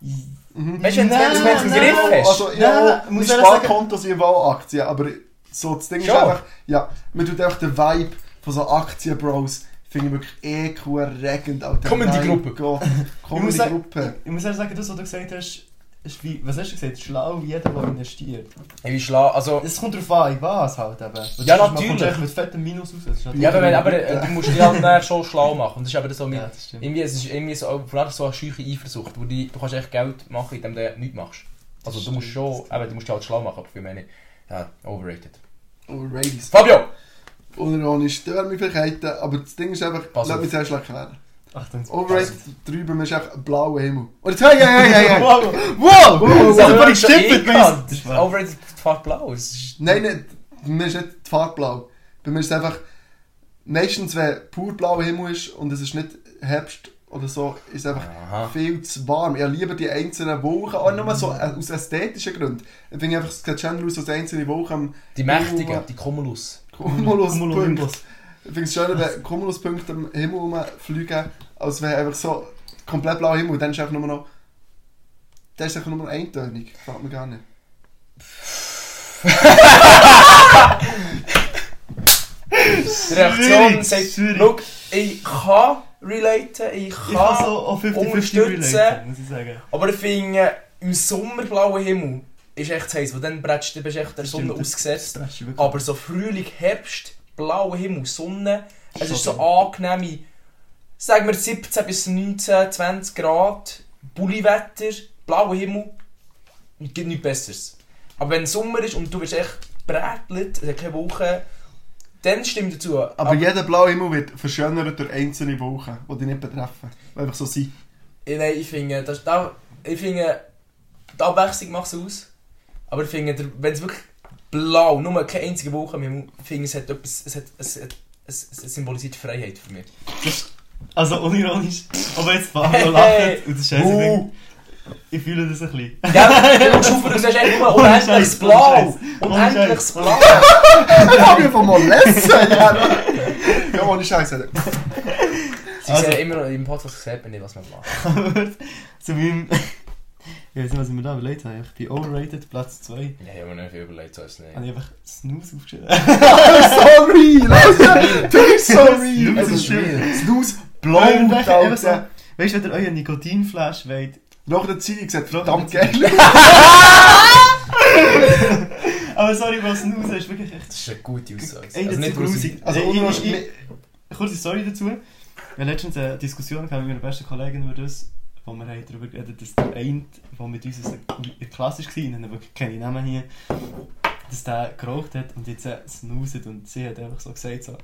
S3: Mm-hmm.
S2: Weißt du, wenn du
S3: Nein,
S2: es wenn du es im
S3: nein.
S2: Griff hast?
S4: Also,
S3: Nein,
S4: ja,
S3: muss
S4: mein
S3: ich ehrlich
S4: Sparkonto sind auch Aktien, aber so das Ding ist
S2: Schon.
S4: einfach, ja, man tut einfach den Vibe von so Aktien-Bros, finde ich wirklich eh korrekt.
S2: Komm in die Gruppe.
S4: Komm
S3: Ich
S4: in
S3: muss
S4: die
S3: sagen-
S4: Gruppe.
S3: Ich muss ehrlich sagen, das, was du gesagt hast, ist wie, was hast du gesagt? Schlau jeder, der investiert.
S2: Ich bin schlau, also...
S3: Es kommt darauf an, in was halt eben. Weil
S2: Ja,
S3: sonst
S2: natürlich.
S3: kommst du echt mit fettem Minus raus. Das ist natürlich-
S2: Ja, aber, wenn- aber äh, du musst dich halt dann schon schlau machen. Und das ist aber so mein...
S3: Ja, das stimmt.
S2: Irgendwie, es ist irgendwie so, vor allem so eine scheue Eifersucht, wo die, du kannst echt Geld machen, indem du nichts machst. Also du
S3: stimmt.
S2: musst schon, eben, du musst dich halt schlau machen, aber für meine, ja, overrated.
S4: Und Raiders.
S3: Oh,
S2: Fabio!
S4: Oder ohne Störmöglichkeiten, aber das Ding ist einfach,
S2: Pass
S4: lass
S2: auf.
S4: mich zuerst erklären.
S3: Achtung. jetzt-
S4: Overrated drüben ist einfach ein blauer Himmel. Und jetzt, hey, Oh, hey, hey, hey, hey.
S3: Wow!
S2: Oh,
S3: Wow!
S4: wow,
S3: Das hat aber
S2: wir
S3: nicht
S2: schon eh
S3: gestimmt,
S2: gehabt.
S3: weißt du?
S2: Overrated fährt blau. Es ist,
S4: Nein, nein, bei mir ist nicht die Farbe blau. Bei mir ist es einfach, meistens wenn pur blauer Himmel ist und es ist nicht Herbst oder so, ist es einfach
S2: aha.
S4: viel zu warm. Ich liebe die einzelnen Wolken, auch nur so äh, aus ästhetischen Gründen. Ich finde einfach, es sieht schön aus, als einzelne Wolken am
S2: Die
S3: Oh,
S2: Mächtigen, die Cumulus.
S4: Cumulus-Punkt.
S3: Cumulonimbus.
S4: Ich finde es schöner, wenn Cumulus-Punkte am Himmel rumfliegen, als wenn einfach so komplett blauer Himmel, dann ist einfach nur noch... Das ist einfach nur noch eintönig, fragt man gar nicht.
S2: Die Reaktion
S3: Schwierig,
S2: sagt,
S3: schwierig.
S2: look, ich kann relaten, ich
S3: Ich kann
S2: kann,
S3: so auf 50-50
S2: unterstützen.
S3: relaten, muss ich sagen.
S2: aber ich finde, im sommerblauen Himmel ist echt heiß, weil dann bretschst du, bist echt der Sonne
S3: Stimmt, das-
S2: ausgesetzt. Ah.
S3: das ist wirklich-
S2: Aber so Frühling, Herbst, blauer Himmel, Sonne. Es ist so
S3: Schon
S2: angenehme, sagen wir 17 bis 19, 20 Grad, Bulliwetter, blauer Himmel. Es gibt nichts Besseres. Aber wenn Sommer ist und du bist echt brätelt, es hat keine Woche, dann stimmt dazu.
S4: Aber, jeder blaue Himmel wird verschönert durch einzelne Wolken, die dich nicht betreffen. Die einfach so sind.
S2: Ja, Äh, Nein, ich finde, das, da, ich finde, die Abwechslung macht es aus. Aber ich finde, der- wenn es wirklich blau, nur keine einzige Woche, mehr muss, ich finde, es hat etwas, es, hat, es, hat, es, es symbolisiert Freiheit für mich.
S3: Also unironisch. Aber jetzt Fabio
S2: Hey.
S3: lacht und das ist scheiße.
S2: Uh.
S3: Ich fühle das ein bisschen.
S2: Ja, du schaust auf und du siehst einfach nur
S3: Ohne
S2: unendliches
S3: Scheiß, ohne
S2: Blau.
S3: Scheiß, ohne
S2: Unendliches
S3: Scheiß.
S2: Blau.
S4: Fabio von Molessen! ja, Ja, ohne Scheiße.
S2: Sie
S3: Also-
S2: sehen immer noch im Podcast, sieht man nicht, was man macht.
S3: Aber zu meinem... Ich weiß nicht, was ich mir da überlegt habe. Ich bin overrated, Platz 2.
S2: Ich habe mir nicht viel überlegt, so ist es
S3: Habe
S2: nicht.
S3: ich einfach Snooze aufgeschrieben.
S4: sorry! Leute, Du bist sorry!
S3: Das
S4: Es
S3: ist
S4: ist
S3: real.
S4: real. Snooze
S3: Weil wir
S4: blowt,
S3: denken eben so,
S4: Alter.
S3: Weißt du, wenn ihr euren Nikotinflash wollt,
S4: Nach der Zeit gesagt,
S3: Doch,
S4: verdammt
S3: das
S4: geil.
S3: Aber sorry, was Snooze ist wirklich echt.
S2: Das ist eine gute Aussage.
S3: Ey,
S2: Also
S3: das ist
S2: nicht,
S3: so
S2: weil
S3: grusig.
S2: sie-
S4: Also,
S3: Ey,
S4: ohne
S3: ich- ich- Kurze Story dazu. Wir haben letztens eine Diskussion gehabt mit meiner besten Kollegin über das, wo wir haben darüber geredet dass der eine, der mit uns in der Klasse war, ich habe wirklich keine Namen hier, dass der geraucht hat und jetzt äh, snooset und sie hat einfach so gesagt, so,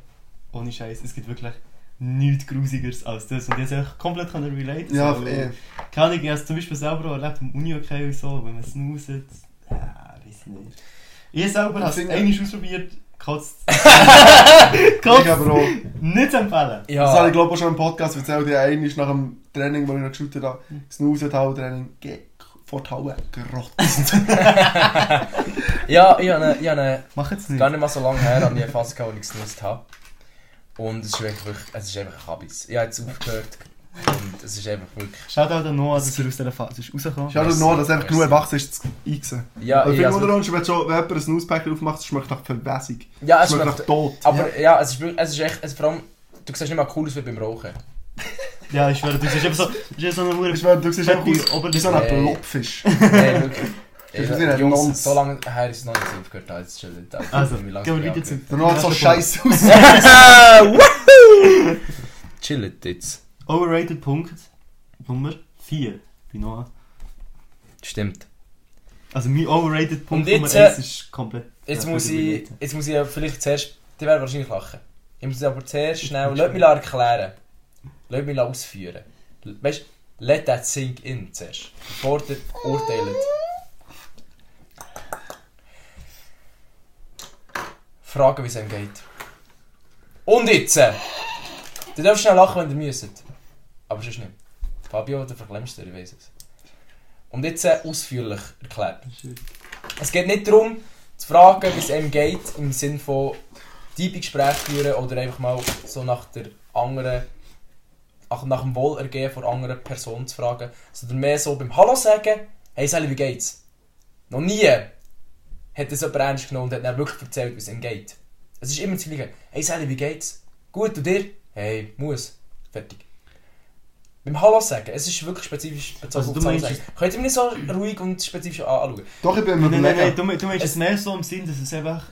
S3: ohne Scheiß, es gibt wirklich nichts Grusigeres als das. Und ich konnte es einfach komplett können relate.
S4: Ja,
S3: so,
S4: eh.
S3: Keine Ahnung, ich habe es zum Beispiel selber auch erlebt, im Uni-Okay und so, wenn man snooset, ja, weiß nicht. Ich selber habe es
S4: finde-
S3: einmal ausprobiert, kotzt.
S4: Ich
S3: kotzt.
S4: aber auch.
S3: Nicht zu empfehlen.
S2: Ja.
S4: Das habe ich glaube ich auch schon im Podcast erzählt. Ich einmal nach dem Training, wo ich noch geshootet habe,
S2: Hm.
S4: Snooze Training, vor die Halle gerotzt.
S2: Ja, ich habe eine- ich habe eine
S3: Mach jetzt
S2: Gar nicht mal so lange her habe ich eine Phase gehabt, wo ich genutzt habe. Und es ist wirklich, es ist einfach ein Kabis. Ich habe jetzt aufgehört und es ist einfach wirklich...
S3: Shoutout an Noah, dass er aus dieser Phase ist rausgekommen
S4: Schau dir nur, dass einfach genug
S2: Merci.
S4: erwachsen ist, zu eingesehen.
S2: Ja,
S4: Weil
S2: ich,
S4: viel
S2: also,
S4: unter uns, wenn schon- wenn jemand ein Snooze-Pack aufmacht, es schmeckt nach Verwässung.
S2: ja, es
S4: Es schmeckt
S2: schmeckt...
S4: nach Tod.
S2: Aber ja, es ist, wirklich- es ist echt, es, vor allem, du siehst nicht mal cool aus wie beim Rauchen.
S3: Ja, ich schwöre, du siehst eben so, du siehst so eine Uhr.
S4: Ich meine, du siehst einfach aus wie so
S2: Oberlippe.
S4: ein Blobfisch.
S2: Nein, wirklich.
S4: Das ist
S2: Ey,
S4: ein
S2: Jungs,
S4: Nonsens.
S2: so lange her ist es noch nicht, dass ich aufgehört habe. Jetzt schon,
S3: Also, gehen wir weiter zu.
S4: Danach so
S3: Ja,
S4: scheiße aus.
S2: Woohoo! chillt jetzt.
S3: Overrated Punkt Nummer 4 bei Noah.
S2: Stimmt.
S3: Also mein Overrated Punkt
S2: Und
S3: Nummer
S2: jetzt,
S3: 1
S2: äh,
S3: ist komplett.
S2: Jetzt,
S3: Ja,
S2: muss
S3: gut,
S2: ich,
S3: überlegt.
S2: jetzt muss ich ja vielleicht zuerst. Die werden wahrscheinlich lachen. Ich muss aber zuerst schnell.
S3: bin
S2: Lass
S3: schon-
S2: mich la erklären. Lass mich la ausführen. L- Weißt du, let that sink in zuerst. Bevor ihr urteilt. Fragen, wie es ihm geht. Und jetzt! äh, Ihr dürft schnell lachen, wenn ihr müsst. Aber sonst nicht. Fabio, du verklemmst dir, ich weiß es. Und jetzt äh, ausführlich erklärt. Es geht nicht darum, zu fragen, wie es einem geht, im Sinne von tiefe Gespräche führen oder einfach mal so nach der anderen, nach, nach dem Wohlergehen von anderen Person zu fragen, sondern mehr so beim Hallo sagen, hey Sally, wie geht's? Noch nie hat es jemand ernst genommen und hat dann wirklich erzählt, wie es ihm geht. Es ist immer das Gleiche. Hey Sally, wie geht's? Gut, und dir? Hey, muss. Fertig. Beim Hallo sagen, es ist wirklich spezifisch bezogen
S3: Also
S2: auf
S3: du
S2: das Hallo
S3: meinst-
S2: sagen. Könnt ihr mich nicht so ruhig und spezifisch an- anschauen?
S4: Doch, ich bin mir
S3: Nein, nein, nein,
S4: überlegen.
S3: du, du meinst
S2: Es-
S3: es mehr so im Sinn, dass es einfach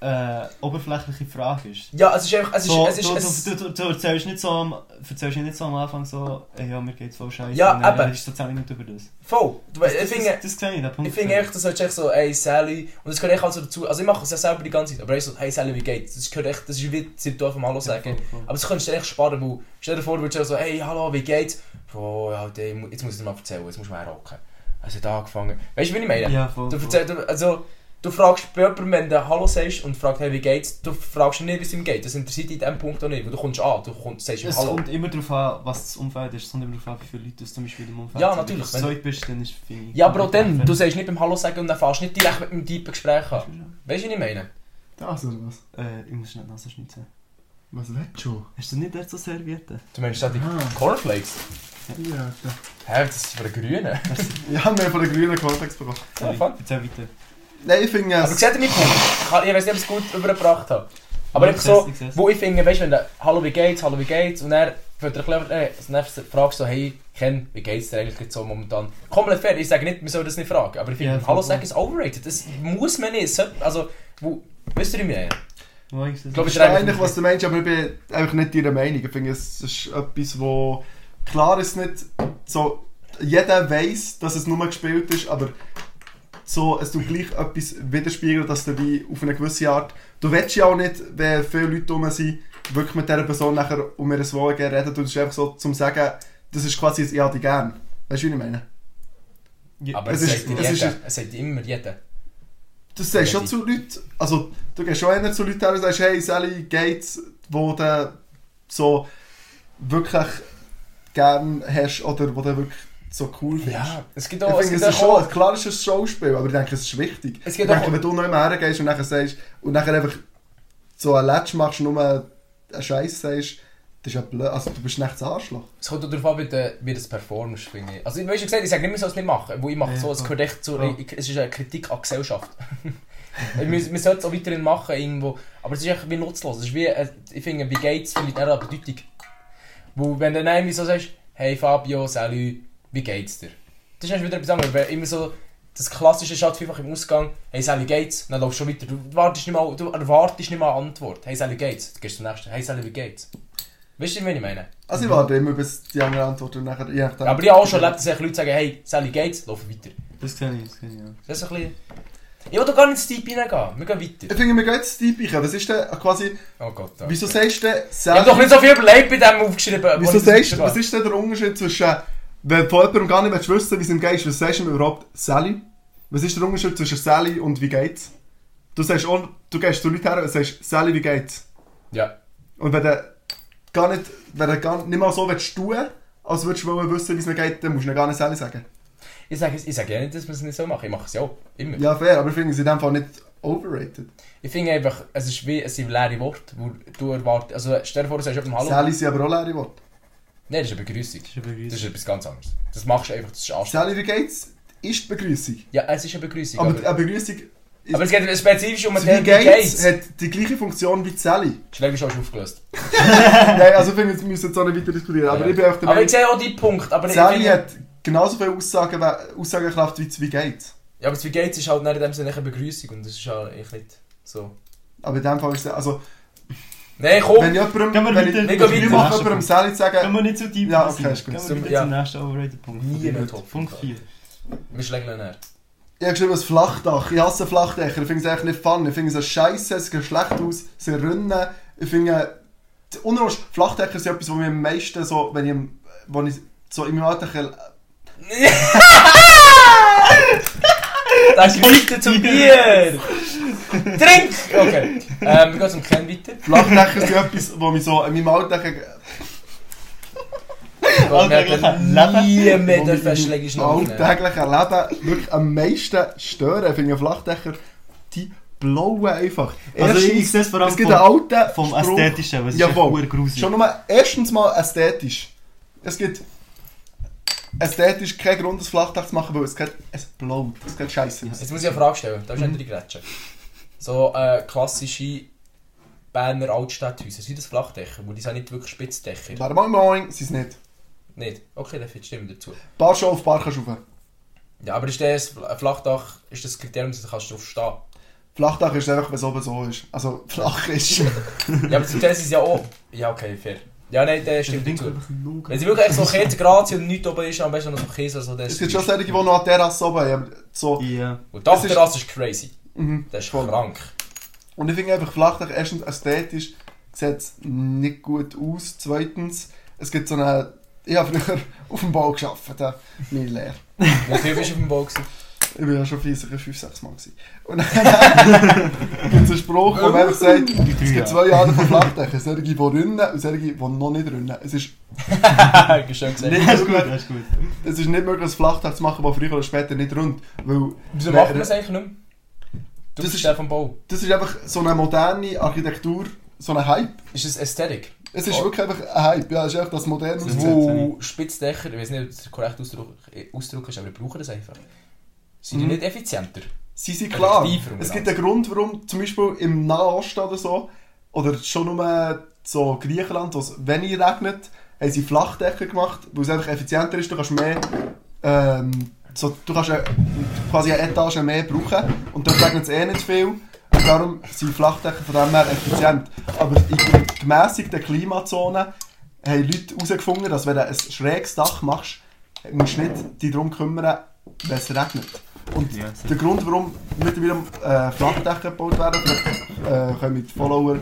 S3: äh, oberflächliche Frage ist.
S2: Ja, es ist einfach, es ist,
S3: So,
S2: es ist,
S3: du,
S2: es
S3: du, du, du erzählst nicht so am, erzählst nicht so am Anfang so, ey, ja, mir geht's voll scheiße.
S2: Ja,
S3: und dann
S2: eben.
S3: redest du 10 Minuten über das.
S2: voll. Du,
S3: Das,
S2: ich
S3: das,
S2: finde,
S3: das, das sehe ich, den Punkt.
S2: ich finde echt, das solltest du echt so, ey Sally, und das gehört echt also dazu, also ich mache es ja selber die ganze Zeit, aber ich so, hey Sally, wie geht's? Das gehört echt, das ist wie das Ritual vom Hallo sagen.
S3: voll, voll.
S2: Aber das könntest du dir echt sparen, weil, stell dir vor, du würdest ja so, hey, hallo, wie geht's? Bro, ja, der- jetzt muss ich dir mal erzählen, jetzt musst du mal rocken. Also da angefangen. Weißt du, wie ich meine?
S3: Ja, voll.
S2: Du,
S3: voll.
S2: erzähl, du, also, du fragst bei jemandem, wenn du Hallo sagst und fragst, hey, wie geht's, du fragst ihn nicht, wie es ihm geht. Das interessiert dich in diesem Punkt auch nicht, weil du kommst an, du kommst, sagst ihm
S3: Es
S2: Hallo.
S3: kommt immer darauf an, was das Umfeld ist. Es kommt immer darauf an, wie viele Leute du zum Beispiel im Umfeld
S2: Ja,
S3: sind.
S2: natürlich,
S3: Wenn du
S2: wenn-
S3: zu zweit bist, dann ist es finde ich-
S2: Ja, aber auch dann, du sagst nicht beim Hallo sagen und dann fährst du nicht direkt mit dem Typen Gespräch an. Weißt du, was ich meine?
S4: Das oder also, was?
S3: Äh, ich muss schnell die Nase schnitzen.
S4: Was willst du schon?
S3: Hast du nicht dort so Servietten?
S2: Du meinst da die
S4: Ah.
S2: Cornflakes?
S4: Ja, Alter.
S2: Hä, das ist für die Grünen.
S4: Ja, wir haben von den grünen Cortex bekommen.
S3: Sorry,
S2: fuck.
S3: erzähl weiter.
S4: Nein, ich finde
S2: Aber
S4: es...
S2: seht ihr meinen Punkt? Ich kann- Ich weiß nicht, ob ich es gut übergebracht habe. Aber
S3: ich
S2: einfach so,
S3: seh's, ich seh's.
S2: wo ich finde, weißt du, wenn du «Hallo, wie geht's?» «Hallo, wie geht's?» und dann wird er clever, äh, und dann fragst du so «Hey, Ken, wie geht's dir eigentlich jetzt so momentan?» Komplett fair, ich sage nicht, man soll das nicht fragen, aber ich finde,
S3: Ja,
S2: «Hallo»
S3: voll.
S2: sagen ist overrated. Das muss man nicht. sollte- Also, wo, wisst ihr, wie ich meine?
S3: Wo ich
S2: Glaub
S4: Ich
S2: ich-
S4: verstehe eigentlich, was du meinst, aber ich bin einfach nicht deiner Meinung. Ich finde, es ist etwas, wo... Klar ist nicht so... Jeder weiß, dass es nur gespielt ist, aber... So, es tut gleich etwas widerspiegeln, dass du wie auf eine gewisse Art... Du willst ja auch nicht, wenn viele Leute rum sind, wirklich mit dieser Person nachher um ihr Wohlergehen reden. Du bist einfach so, zum sagen, das ist quasi ein «Ich habe dich gern». Weißt du, wie ich meine?
S3: Ja,
S2: Aber
S4: Es
S2: es,
S4: ist-
S2: sagt dir
S4: es ist-
S2: jeder. Es sagt dir immer jeder.
S4: Das sagst schon zu Leuten, also du gehst schon eher zu Leuten her und sagst, hey Sally Gates, wo du so wirklich gern hast oder wo du wirklich so cool findest.
S2: Ja, es gibt
S4: ich
S2: auch...
S4: finde, es
S2: gibt
S4: ist
S2: auch-
S4: schon, klar ist es ein Showspiel, aber ich denke, es ist wichtig.
S2: Es
S4: ich
S2: gibt
S4: denke,
S2: auch-
S4: wenn du nicht mehr hergehst und nachher sagst, und nachher einfach so ein Letsch machst, nur einen Scheiß sagst, das ist ja blöd, also du bist nicht das Arschloch.
S2: Es kommt auch darauf an, wie du, wie du es performst, finde ich. Also, wie schon gesagt, ich sage nicht, man soll es nicht machen, weil ich mache
S3: Ja,
S2: so, es
S3: voll.
S2: gehört echt zu,
S3: Voll.
S2: ich- es ist eine Kritik an die Gesellschaft. man man sollte es auch weiterhin machen, irgendwo, aber es ist echt wie nutzlos. Es ist wie, äh, ich finde, wie geht's vielleicht eher an Bedeutung. Weil, wenn du dann irgendwie so sagst, hey Fabio, salü, wie geht's dir? Das ist dann wieder etwas anderes, weil immer so, das klassische Schatz einfach im Ausgang, hey Sally geht's, dann laufst du schon weiter, du wartest nicht mal, du erwartest nicht mal eine Antwort, hey Sally geht's, dann gehst du zum nächsten, hey Sally wie geht's? Weißt du, wie ich meine?
S4: Also ich warte immer, bis die andere Antwort und nachher... je nachdem-
S2: Ja, Mhm. aber ich habe auch schon erlebt, dass echt Leute sagen, hey, Sally geht's, laufen weiter.
S3: Das sehe ich, das sehe ich, ja.
S2: Das ist ein bisschen... Ich will doch gar nicht ins Deep hineingehen, wir gehen
S4: Ich
S2: weiter.
S4: finde, wir gehen jetzt deep rein. Was ist denn quasi...
S2: Oh Gott, danke.
S4: Wieso sagst du denn
S2: Ich habe
S4: Sally...
S2: doch nicht so viel überlegt bei dem aufgeschrieben.
S4: Wieso sagst du, Äh, was ist denn der Unterschied zwischen, wenn von jemandem gar nicht willst wissen, wie es ihm geht, was sagst du ihm überhaupt Sally? Was ist der Unterschied zwischen Sally und wie geht's? Du sagst auch, du gehst zu Leuten her und sagst Sally, wie geht's?
S2: Ja.
S4: Und wenn du gar nicht, wenn du gar nicht mal so willst tun, als würdest du wollen wissen, wie es mir geht, dann musst du ihm gar nicht Sally sagen.
S2: Ich sage ich sage ja nicht, dass wir es nicht so machen, ich mache es ja auch. Immer.
S4: Ja, fair, aber ich finde es in dem Fall nicht overrated.
S2: Ich finde einfach, es ist wie, es sind leere Worte, wo du erwartest... Also stell dir vor, du sagst jemandem Hallo.
S4: Sally sind aber auch leere Worte.
S2: Nein, das ist eine Begrüßung.
S3: Das ist eine
S2: Das
S3: Begrüßung.
S2: ist etwas ganz anderes. Das machst du einfach, das ist Anstand.
S4: Sally, wie geht's? Ist die Begrüßung.
S2: Ja, es ist eine Begrüßung,
S4: Aber
S2: aber...
S4: eine Begrüßung,
S2: Aber es geht spezifisch um
S4: also,
S2: den
S4: wie geht's, hat die gleiche Funktion wie die Sally.
S2: Schnell bist du auch schon aufgelöst.
S4: Nein, also ich finde, wir müssen jetzt auch nicht weiter diskutieren. Aber
S2: Ja.
S4: ich bin auch der
S2: Aber ich
S4: Meinung,
S2: sehe auch deinen Punkt, aber ich
S4: Sally
S2: finde-
S4: hat genauso viel Aussagen, Aussagekraft wie wie geht.
S2: Ja, aber das Wie geht's ist halt nicht in dem Sinne eine Begrüßung und das ist halt echt nicht so.
S4: Aber in dem Fall ist es, also,
S2: Nein,
S4: Wenn
S2: komm.
S4: jemandem,
S3: Gehen wir
S4: wenn
S3: weiter.
S4: ich, wenn
S2: Gehen
S4: ich
S2: wir
S4: mache,
S3: weiter.
S4: jemandem um Sally
S3: Gehen
S4: sagen,
S3: wir nicht zu tief
S4: Ja,
S3: sein.
S4: okay, ist gut.
S3: Gehen wir
S2: Zum-
S3: wieder
S2: ja.
S3: zum nächsten Overrated-Punkt.
S2: Nie mehr Top
S3: Punkt
S2: fünf.
S3: 4.
S2: Wir schlängeln her.
S4: ich habe geschrieben, ein Flachdach. Ich hasse Flachdächer. Ich finde es eigentlich nicht fun. Ich finde es eine Scheiße, es sieht schlecht aus, sie rinnen. Ich finde, die Unruhe- Flachdächer sind etwas, was mir am meisten so, wenn ich, am- wo ich so im Alltag
S2: Das greift zum Bier! Trink! Okay. Ähm, wir gehen zum Ken weiter.
S4: Flachdächer sind etwas, wo mich so in meinem Alltag...
S2: Weil wir
S3: Alltäglich
S2: hätten nie mehr
S4: wo mich
S2: dürfen
S4: im
S2: einen Schläger schnappen.
S4: alltäglichen Leben wirklich am meisten stören. Ich finde Flachdächer, die blauen einfach.
S3: Also
S4: Erstens,
S3: ich sehe es vor allem
S4: es gibt
S3: vom-
S4: einen alten
S3: Vom
S4: Spruch-
S3: Ästhetischen, was ist echt
S4: Jawohl.
S3: verdammt gruselig.
S4: Schon nur erstens mal ästhetisch. Es gibt ästhetisch keinen Grund, ein Flachdach zu machen, weil es geht, es blaut, es geht scheiße.
S2: Jetzt muss ich eine Frage stellen, darfst du
S4: Mhm.
S2: nicht reingrätschen? So äh, klassische Berner Altstadthäuser, sind das Flachdächer? Weil die sind nicht wirklich Spitzdächer.
S4: Warte mal, moin, sie es nicht.
S2: Nicht? Okay, dann stimmen dazu.
S4: Paar schon auf Paar kannst du rauf.
S2: Ja, aber ist das ein Flachdach, ist das Kriterium, dass du kannst drauf stehen
S4: Flachdach ist einfach, wenn es oben so ist. Also flach ist.
S2: Ja, aber zum Teil ist es ja auch... Ja, okay, fair. Ja, nein, der stimmt
S3: Ding
S2: dazu.
S3: einfach schauen.
S2: Wenn sie wirklich echt so 40 Grad sind und nichts oben ist, am besten noch so Käse oder so. das
S4: es
S2: ist
S4: gibt schon solche, die noch an der Terrasse oben haben. So,
S3: Ja.
S2: Und doch, der Rass ist crazy.
S4: mhm.
S2: Das ist
S4: Voll.
S2: krank.
S4: Und ich finde einfach Flachdach erstens ästhetisch sieht es nicht gut aus. Zweitens, es gibt so eine. Ich habe früher auf dem Bau gearbeitet, äh, meine Lehre.
S2: Wie viel bist du auf dem Bau gewesen?
S4: Ich bin ja schon viel, sicher 5, 6 Mal. Gewesen. Und dann gibt es einen Spruch, der einfach sagt, es gibt zwei Arten von Flachdächern. Solche, die rinnen und solche, die noch nicht rinnen. Es ist,
S2: Haha, schön gesagt.
S4: nicht
S3: Das ist gut,
S4: möglich,
S3: das ist gut.
S4: es ist nicht möglich, ein Flachdach zu machen, das früher oder später nicht rund. Weil
S2: Wieso
S4: Wer-
S2: macht man das eigentlich nicht mehr? Du
S4: Das
S2: bist
S4: ist-
S2: der vom Bau.
S4: das ist einfach so eine moderne Architektur, so ein Hype.
S2: Ist das Ästhetik?
S4: Es ist
S2: Oh.
S4: wirklich einfach ein Hype, ja, es ist einfach das moderne
S3: Das ist
S4: Aussehen.
S2: Wo Spitzdächer, ich weiß nicht, ob das der korrekte Ausdruck, äh, Ausdruck ist, aber wir brauchen das einfach. Sind die
S4: Mhm.
S2: nicht effizienter?
S4: Sie sind klar.
S2: Effektiver und
S4: Es
S2: alles.
S4: gibt einen Grund, warum zum Beispiel im Nahosten oder so, oder schon nur so Griechenland, wo es wenig regnet, haben sie Flachdächer gemacht, weil es einfach effizienter ist. Du kannst mehr, ähm, so, du kannst äh, quasi eine Etage mehr brauchen und dort regnet es eh nicht viel. Und darum sind Flachdächer von dem her effizient. Aber in gemäßigten Klimazonen haben Leute herausgefunden, dass wenn du ein schräges Dach machst, musst du nicht dich darum kümmern, wenn es regnet. Und
S3: Ja,
S4: der Grund, warum mittlerweile äh, Flachdächer gebaut werden, vielleicht äh, können mit Follower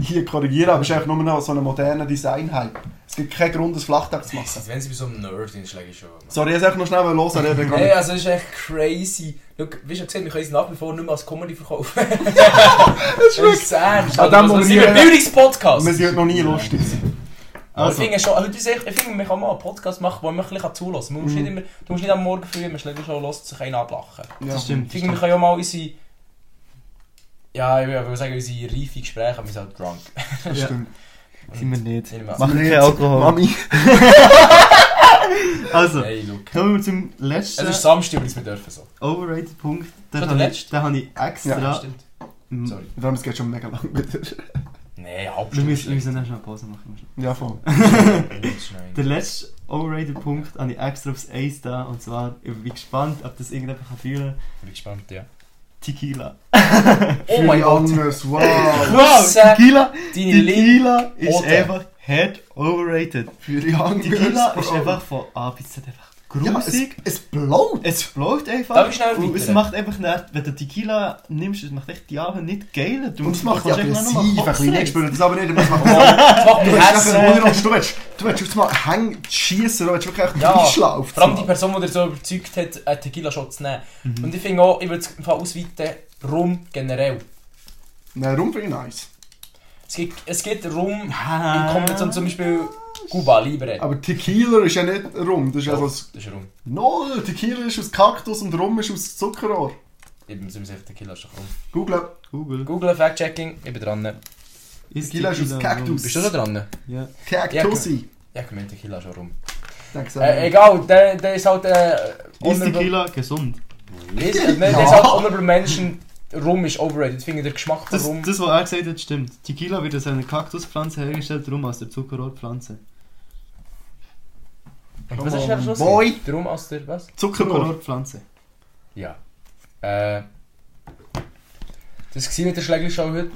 S4: hier korrigieren, aber es ist eigentlich nur noch so ein moderner Design-Hype. Es gibt keinen Grund, ein Flachdach zu machen.
S2: Also wenn sie bei so einem Nerd sind, schlage ich schon. Mann.
S4: Sorry, ich wollte noch schnell los, aber ich bin gar
S2: Hey,
S4: nicht.
S2: also das ist echt crazy. Schau, wie schon gesagt, wir können es nach wie vor nicht mehr als Comedy verkaufen. das ist wirklich ernst.
S4: An
S2: Also,
S4: dem
S2: also, wir sind
S4: Moment-
S2: ein Bildungspodcast.
S4: Wir sind heute noch nie lustig.
S2: Also.
S3: Also,
S2: Ich finde schon, heute ist echt, ich finde, man kann mal einen Podcast machen, wo man ein bisschen zulassen kann. Man muss nicht immer, du musst nicht am Morgen früh, wenn man schlägt schon los, sich einen ablachen.
S4: Ja.
S3: das stimmt.
S2: Ich finde, wir können ja mal unsere, ja, ich würde sagen, unsere reife Gespräche, aber wir sind halt drunk.
S4: Das
S3: Ja.
S4: stimmt.
S3: Sind wir nicht.
S2: Nicht mehr.
S3: Machen wir
S4: Nicht.
S3: keinen Alkohol.
S4: Mami,
S3: Also,
S2: Hey, look.
S3: kommen wir zum
S2: Es Also ist
S3: letzten
S2: Samstag, übrigens, wir dürfen so.
S3: Overrated-Punkt.
S2: Schon der
S3: Den habe ich-
S2: letzte?
S3: den habe ich extra.
S4: Ja,
S2: Stimmt.
S3: Mm.
S2: Sorry.
S4: darum es geht schon mega lang wieder.
S2: Nee,
S3: Wir
S2: Hauptstunde.
S3: müssen, wir müssen erst noch eine Pause machen.
S4: Ja, voll.
S2: Oh
S3: Der letzte Overrated-Punkt habe ich extra aufs Eis da. Und zwar, ich bin gespannt, ob das irgendjemand kann fühlen kann.
S2: Ich bin gespannt, ja.
S3: Tequila.
S2: Oh mein Gott.
S4: Anders, wow.
S3: Wow,
S2: Grüße.
S3: Tequila,
S2: Deine Liebe.
S3: Tequila ist
S2: Oder.
S3: einfach head overrated.
S4: Für die Anders.
S3: Tequila
S4: Bro.
S3: ist einfach von A bis Z einfach
S4: Ja, es,
S3: grusig.
S4: es blaut.
S3: es float
S2: Darf
S3: einfach.
S2: ich schnell
S3: Und es
S2: weiter?
S3: macht einfach nicht, wenn du Tequila nimmst, es macht echt die Augen nicht geil. Du
S4: Und es macht ja
S3: kannst echt
S4: aggressiv.
S3: nur noch
S4: Ein
S3: mal
S4: bisschen
S3: Kopfschmerzen.
S4: nicht spüren, das aber nicht. aber es macht-
S2: Das macht
S4: Du
S2: mich
S4: willst nachher
S2: hässlich.
S4: nur noch- du willst, du willst jetzt mal hängen, schießen, du willst wirklich echt
S2: Ja,
S4: einschlafen.
S2: Vor allem die Person, die dir so überzeugt hat, einen Tequila-Shot zu nehmen.
S3: Mhm.
S2: Und ich finde auch, ich würde es im Fall ausweiten, Rum generell.
S4: Nein, Rum finde ich nice.
S2: Es gibt, es gibt Rum in
S3: Ah.
S2: Kombination zum Beispiel Cuba Libre.
S4: Aber Tequila ist ja nicht Rum, das ist ja so ein...
S2: das ist Rum.
S4: Null, Tequila ist aus Kaktus und Rum ist aus Zuckerrohr.
S2: Eben, sind wir sicher, Tequila ist doch Rum.
S4: Google.
S3: Google.
S2: Google Fact-Checking, ich bin dran.
S3: Ist
S4: Tequila ist aus Kaktus.
S2: Bist du da dran?
S3: Ja.
S4: Kaktusi.
S2: Ja, ich meine, Tequila ist auch Rum.
S4: Denkst du
S2: Äh, egal, der, der ist halt... Äh,
S3: Ist
S2: honorable-
S3: Tequila gesund?
S2: Nein, der ist halt honorable Menschen. Rum ist overrated. Ich finde, der Geschmack von
S3: Das,
S2: Rum...
S3: das, was er gesagt hat, stimmt. Tequila wird aus einer Kaktuspflanze hergestellt, darum aus der Zuckerrohrpflanze.
S2: Und was ist der Schluss?
S4: Boy.
S2: Der Rum aus der... was?
S4: Zuckerrohr.
S3: Zuckerrohrpflanze.
S2: Ja. Äh. Das war mit der Schlägerschau heute.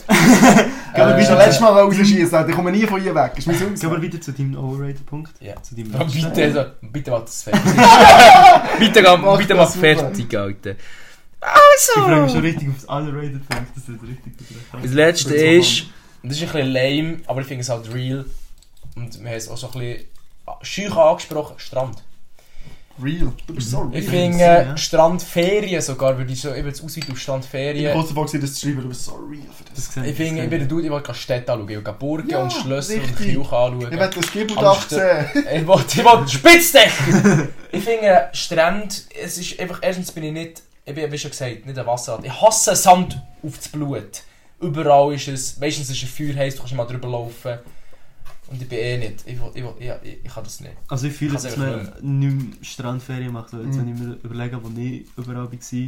S4: Ja, du bist
S2: Äh,
S4: ja letztes Mal rausschießen, ich komme nie von hier weg. Ist mein
S3: Gehen wir
S4: Sinn.
S3: weiter zu deinem Overrated-Punkt.
S2: Ja.
S3: Zu deinem
S2: Ja,
S3: letzten.
S2: bitte, also, bitte mach das fertig. bitte mach,
S4: Mach
S2: bitte mach
S4: das super.
S2: fertig, Alter.
S3: Ich freue mich schon
S2: Also!
S3: richtig auf das Underrated-Punkt. Das ist richtig gut.
S2: Das letzte
S3: Ich bin's
S2: ist, und das ist ein bisschen lame, aber ich finde es halt real. Und wir haben es auch so ein bisschen schüch angesprochen, Strand.
S4: Real. Du bist so real.
S2: Ich
S3: Ja,
S2: finde
S3: ja.
S2: äh, Strandferien sogar, würde ich so eben jetzt ausweiten auf
S4: Ich bin
S2: Strandferien.
S4: kurz davor, gewesen, das zu schreiben, du bist so real für das.
S3: Das sehe
S2: Ich finde, ich bin der Dude, ich will Städte anschauen, ich will Burgen
S4: Ja,
S2: und Schlösser und
S4: richtig.
S2: Kirchen anschauen.
S4: Ich werde das Gipfeldach
S2: Aber
S4: sehen.
S2: Ich will, ich will Spitzdächer! ich finde, Strand, es ist einfach, erstens bin ich nicht, ich bin, wie schon gesagt, nicht ein Wasserrad. Ich hasse Sand auf das Blut. Überall ist es, meistens ist es Feuer heiß, du kannst mal drüber laufen. Und ich bin eh nicht, ich, will, ich, will, ja, ich, ich kann das nicht.
S3: Also ich fühle,
S2: Kann's
S3: dass
S2: einfach
S3: man nicht mehr Strandferien macht. Weil jetzt,
S4: Mhm.
S3: wenn ich mir überlege, wo ich überall war,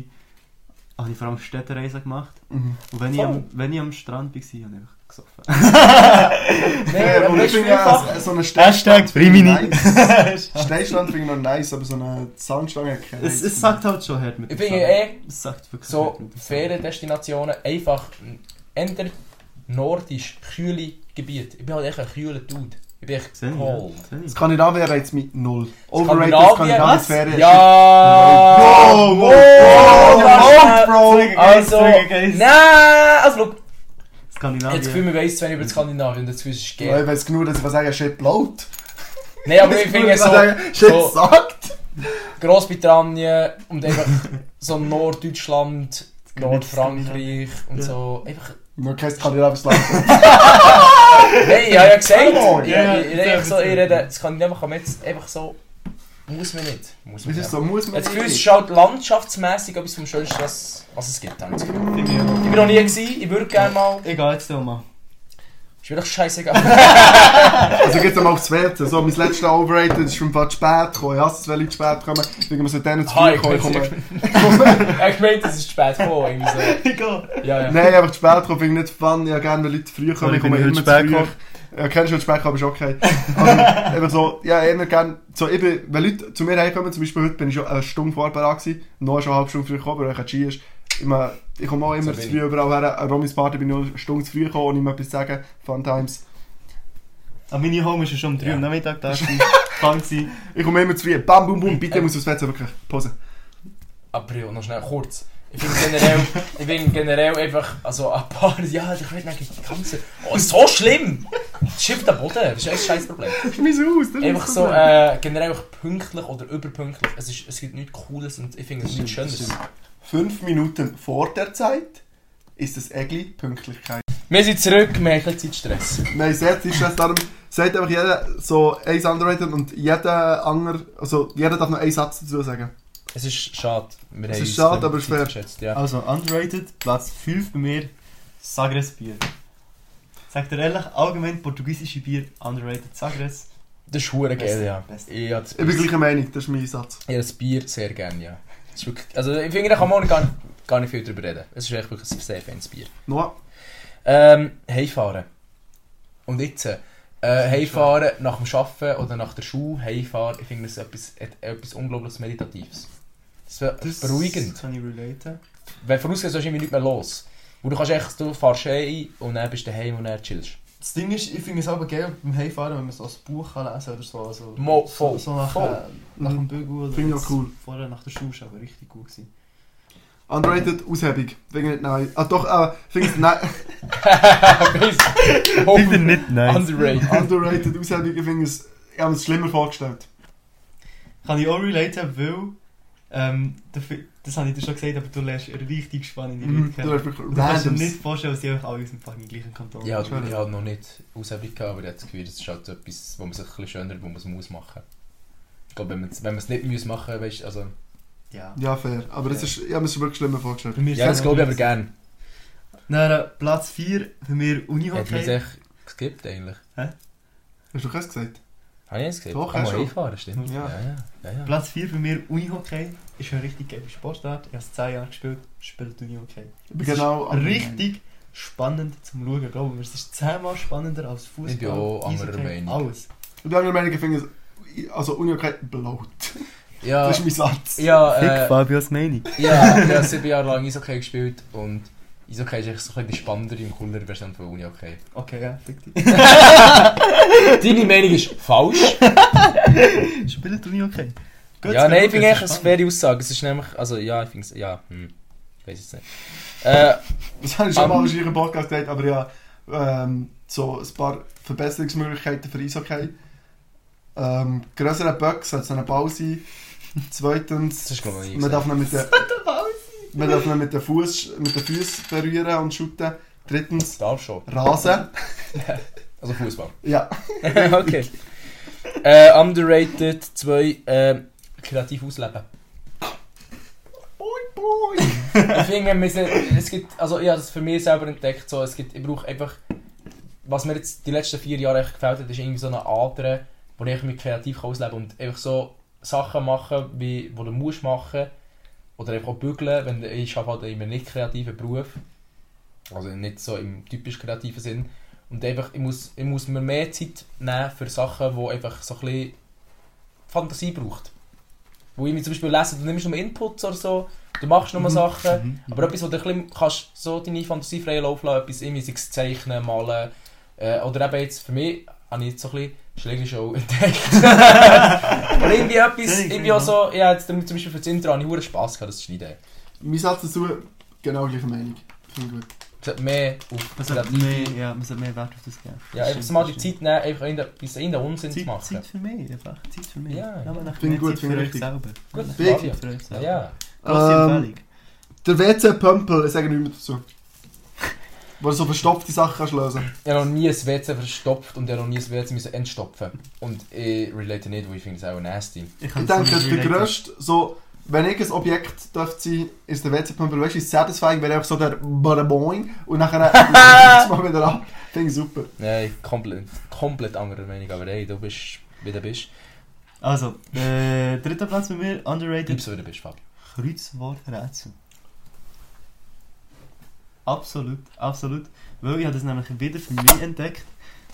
S3: habe ich vor allem Städtereisen gemacht.
S4: Mhm.
S3: Und wenn ich,
S2: Voll.
S3: am, wenn ich am Strand war, habe ich einfach gesoffen.
S4: Ja, und ich
S2: weißt du,
S4: finde ja,
S2: vielfach-
S4: so eine
S3: Hashtag Frimini.
S4: Steinstand finde ich noch nice, aber so eine Soundstange hat keine
S3: Es, es sagt halt schon hart mit
S2: ich
S3: dem
S2: finde
S3: Sand.
S2: eh,
S3: Es sagt wirklich hart
S2: so
S3: mit dem Sand.
S2: Feriendestinationen einfach entweder nordisch, kühle Gebiete. Ich bin halt echt ein kühler Dude. Ich bin echt
S3: Sehe ich,
S2: cold.
S3: ja. Sehe ich.
S4: Das Skandinavien reizt mich null.
S2: Skandinavien,
S4: Overrated Skandinavien
S2: was?
S4: Ferien.
S2: Ja! Oh,
S4: Wow, wow, wow, wow, Bro!
S2: Also,
S3: Zurück, guys.
S2: nein! Also, look, ich habe das Gefühl,
S3: Skandinavien.
S2: man weiss zu wenig über Skandinavien und das Gefühl, es ist
S4: Ja,
S2: geil.
S4: ich weiß genug, dass ich was sagen shit laut.
S2: Nein, aber ich finde so,
S4: Shit
S2: so-
S4: sagt.
S2: Großbritannien und einfach so Norddeutschland, Nordfrankreich und
S3: Ja.
S2: so. Einfach,
S4: Nur kein skandinavisches Land.
S2: nein, ich habe ja gesagt,
S4: Oh,
S2: ich,
S3: ja,
S2: ich, ich, ich, so,
S3: ja,
S2: ich
S3: ja.
S2: rede, Skandinavien kann man jetzt einfach so, muss man nicht. Muss man
S4: Das
S2: nicht.
S4: ist so, muss man
S2: Das Gefühl, es
S4: nicht.
S2: ist halt landschaftsmässig etwas vom Schönsten, was, was es gibt, habe ich das Gefühl. Ich bin noch nie gewesen, ich würde gerne mal.
S3: Ich gehe jetzt mal.
S2: Ist mir doch scheißegal.
S4: Also geht's mal aufs Werte. So, mein letzter Overrated ist schon fast spät gekommen. Ich hasse es, wenn Leute spät kommen. Ich denke, wir sollten denen zu
S2: Ah,
S4: früh
S2: ich
S4: kommen.
S2: weiß
S4: Kommen-
S2: ich meinte, es ist spät gekommen. irgendwie So.
S3: Ich gehe.
S2: Ja, ja.
S4: Nein, einfach zu spät kommen finde ich nicht fun. Ich habe gerne, wenn Leute früh kommen.
S3: Sorry,
S4: Ich komme
S3: bin
S4: immer
S3: ich
S4: zu
S3: heute spät
S4: früh. Ja, kennst du schon spät kommen, ist okay. Aber eben so, ja, immer gerne. So, eben, wenn Leute zu mir heimkommen, zum Beispiel heute bin ich schon eine Stunde vor Barack gewesen. Noch schon eine halbe Stunde früh gekommen, weil ich ein Ski ist. Ich, meine, ich komme auch immer
S2: So
S4: zu
S2: bin
S4: früh überall her. An Romis Party bin ich noch eine Stunde zu früh gekommen, ohne ihm etwas zu sagen. Fun Times.
S3: An meine Home ist ja schon um 3
S2: Ja.
S3: Uhr am Nachmittag da. gewesen. Fancy.
S4: Ich komme immer zu früh. Bam, bum, bum. Bitte muss aufs Werte wirklich. Pause.
S2: April, noch schnell kurz. Ich bin generell, ich bin generell einfach, also ein paar, ja, ich rede eigentlich die ganze. Oh, so schlimm! Schiff am Boden, das ist echt ein scheiß Problem.
S4: Ich schmeiße aus. Das ist
S2: Einfach
S4: mein
S2: so,
S4: Problem.
S2: äh, generell einfach pünktlich oder überpünktlich. Es, ist, es gibt nichts Cooles und ich finde es nichts Schönes.
S4: Fünf Minuten vor der Zeit ist das Egli Pünktlichkeit.
S2: Wir sind zurück, wir haben ein bisschen Zeitstress.
S4: Nein, sehr Zeitstress. Darum sagt einfach jeder so eins underrated und jeder andere, also jeder darf noch einen Satz dazu sagen.
S2: Es ist schade. Wir
S4: Es
S2: haben
S4: ist
S2: uns
S4: schade, aber es ist
S2: Zeit
S4: fair.
S2: verschätzt, Ja.
S3: Also, underrated, Platz 5 bei mir, Sagres Bier. Sagt ihr ehrlich, allgemein portugiesische Bier, underrated Sagres.
S2: Das ist hure geil,
S3: Beste,
S2: ja.
S3: beste.
S2: Ich habe das
S4: Ich bin
S2: Bier-
S4: gleicher Meinung, das ist mein Satz.
S2: ich habe das Bier sehr gerne, ja. Das ist wirklich, also ich finde, da kann man auch nicht- gar nicht, gar nicht viel drüber reden. Es ist echt wirklich ein sehr feines Bier.
S4: Noah,
S2: Ähm, heimfahren. Und jetzt, äh, heimfahren nach dem Arbeiten oder nach der Schule, heimfahren, ich finde das etwas, et- etwas unglaublich Meditatives. Das ist beruhigend.
S3: Das kann ich relaten.
S2: Weil vorausgesetzt, du hast irgendwie nicht mehr los. Und du kannst echt, du fährst heim und dann bist du daheim und dann chillst.
S3: Das Ding ist, ich finde es aber geil beim Heimfahren, wenn man so ein Buch kann lesen oder so. Also,
S2: Mo, voll,
S3: So, so nach,
S2: voll.
S3: äh, nach dem Bügel oder
S4: Finde ich
S3: jetzt
S4: auch cool.
S3: vorher nach der Schule ist aber richtig gut gewesen.
S4: underrated, Aushebung. Wegen nicht nein. Ah doch, äh, finde ich nein.
S2: Bitte
S3: nicht
S2: Underrated.
S4: underrated, Aushebung, ich finde es, ich habe mir es schlimmer vorgestellt.
S3: Kann ich auch relaten, weil, ähm, der Fi- das habe ich dir schon gesagt, aber du lernst richtig spannende
S2: Mm-hmm.
S3: Leute
S4: Mhm. Du
S3: kennen.
S4: hast wirklich
S3: Du kannst dir
S4: randoms.
S3: nicht vorstellen, dass die einfach alle aus dem fucking gleichen Kanton
S2: Ja, ich
S3: sind.
S2: habe noch nicht Aushebung gehabt, aber ich habe das Gefühl, das ist halt etwas, wo man sich ein bisschen schöner, wo man es muss machen. Ich glaube, wenn man es wenn man es nicht muss machen, weißt du, also...
S3: Ja.
S4: Ja, fair. Aber das ist, ich habe mir es wirklich schlimmer vorgestellt.
S3: Bei mir
S2: Ja,
S3: ist
S2: das
S3: es
S2: glaube ich
S3: auch
S2: aber gerne.
S3: Dann äh, Platz 4 für mir
S2: Hat man es
S3: Unihockey.
S2: echt geskippt eigentlich?
S4: Hast du keins gesagt?
S2: Habe ich es geskippt?
S4: Doch,
S2: Kann
S4: hast
S2: man
S4: du.
S2: einfahren, stimmt.
S4: Ja.
S2: Ja, ja. ja, ja.
S3: Platz 4 für mir Unihockey ist eine richtig geile Sportart. Ich habe es 10 Jahre gespielt, spielt Unihockey.
S4: Ich bin genau
S3: ist richtig spannend zum Schauen, glaube ich. Es ist 10 Mal spannender als Fußball.
S2: Ich bin auch anderer
S3: Eishockey,
S2: Meinung.
S3: Alles.
S4: Ich bin anderer Meinung, ich finde es, also Unihockey bloat.
S2: Ja,
S4: Das ist mein Satz.
S2: Äh, ja, äh,
S3: Fabios Meinung.
S2: ja, ich habe sieben Jahre lang Eishockey gespielt und Eishockey ist eigentlich so ein bisschen die spannendere und coolere Version von Unihockey.
S3: Okay, ja, fick dich.
S2: Deine Meinung ist falsch.
S3: Spielt Uni okay?
S2: ja, nein, ich finde eigentlich eine faire Aussage. Es ist nämlich, also ja, ich finde es, ja, hm, weiß es nicht. Äh,
S4: Das habe ich schon
S2: Ähm.
S4: mal in ihrem Podcast gesagt, aber ja, ähm, so ein paar Verbesserungsmöglichkeiten für Eishockey. Ähm, größere Böcke sollte so ein Ball sein. Zweitens,
S2: das ist glaube ich noch nie
S4: man darf
S2: gesagt.
S4: nicht mit den man darf nicht mit den Fuß mit den Füßen berühren und shooten. Drittens,
S2: Darf schon.
S4: Rasen.
S2: Also Fußball.
S4: Ja,
S2: okay. Äh, underrated 2, äh, kreativ ausleben. ich finde, wir sind, es gibt, also ich habe das für mich selber entdeckt, so, es gibt, ich brauche einfach, was mir jetzt die letzten vier Jahre echt gefällt hat, ist irgendwie so eine Ader, wo ich mich kreativ kann ausleben kann und einfach so Sachen machen, wie, wo du musst machen oder einfach auch bügeln, wenn du, ich habe halt in einem nicht kreativen Beruf, also nicht so im typisch kreativen Sinn und einfach, ich muss, ich muss mir mehr Zeit nehmen für Sachen, die einfach so ein bisschen Fantasie braucht. Wo ich mir zum Beispiel lese, du nimmst nur Inputs oder so, du machst nur
S3: Mhm.
S2: Sachen, aber etwas, wo du ein bisschen kannst, so deine Fantasie frei laufen lassen, etwas irgendwie sei es zeichnen, malen. Äh, oder eben jetzt für mich habe ich jetzt so ein bisschen Schlägershow entdeckt. Und irgendwie etwas, ich bin auch so, ja, jetzt zum Beispiel für das Intro habe ich verdammt Spass gehabt, das zu schneiden.
S4: mein Satz dazu, genau gleiche Meinung. Finde ich gut.
S2: Es hat mehr auf
S3: Man sollte
S2: Kreativität-
S3: mehr, ja, man sollte mehr Wert auf das geben.
S2: Ja,
S3: Das
S2: einfach
S3: stimmt,
S2: mal
S3: das
S2: die
S3: stimmt.
S2: Zeit nehmen, einfach irgendetwas, irgendeinen Unsinn zu
S3: Zeit,
S2: machen.
S3: Zeit für mich, einfach Zeit für mich.
S2: Ja.
S3: aber nach
S4: Finde
S3: mehr
S4: gut,
S3: Zeit
S4: finde
S3: für euch
S4: richtig.
S3: selber.
S2: Gut,
S3: Nach
S4: Big.
S3: mehr Zeit für euch selber.
S2: Ja.
S3: Grosse
S4: Ähm,
S3: Empfehlung.
S4: Der WC-Pömpel, ich sage nicht mehr dazu. Wo du so verstopfte Sachen kannst lösen
S2: Ich habe noch nie ein WC verstopft und ich habe noch nie ein WC müssen entstopfen. Und ich relate nicht, weil ich finde es auch nasty.
S4: Ich denke, der grösste, so, wenn ich ein Objekt dürfte sein, ist der WC-Pömpel. Weißt du, ist satisfying, wenn einfach so der Badaboing und nachher löst mal wieder ab. Finde ich super.
S2: Nein, komplett, komplett anderer Meinung, aber hey, du bist, wie du bist.
S3: Also, äh, dritter Platz bei mir, underrated
S2: Bleib so, wie du bist, Fabio.
S3: Kreuzworträtsel. Absolut, absolut. Weil ich habe das nämlich wieder für mich entdeckt.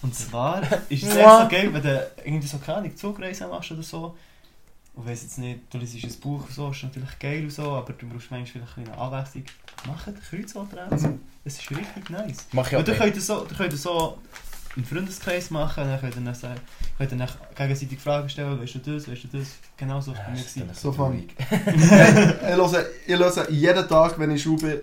S3: Und zwar ist es echt so geil, wenn du irgendwie so keine Ahnung, Zugreise machst oder so. Und weiss jetzt nicht, du liest ein Buch und so, ist natürlich geil und so, aber du brauchst manchmal vielleicht eine Anwechslung. Mach ein Kreuzworträtsel. Es ist richtig nice.
S2: Mach ich
S3: Ja,
S2: auch
S3: du
S2: nicht.
S3: könnt ihr so, du könnt ihr so einen Freundeskreis machen, dann könnt ihr dann, sagen, könnt ihr dann gegenseitig Fragen stellen, weißt du das, weißt du das, genau so war es bei mir.
S2: Ah, Das ist dann
S3: gewesen.
S4: So
S2: so
S4: fun.
S2: traurig.
S4: Ich löse, ich löse jeden Tag, wenn ich schau bin,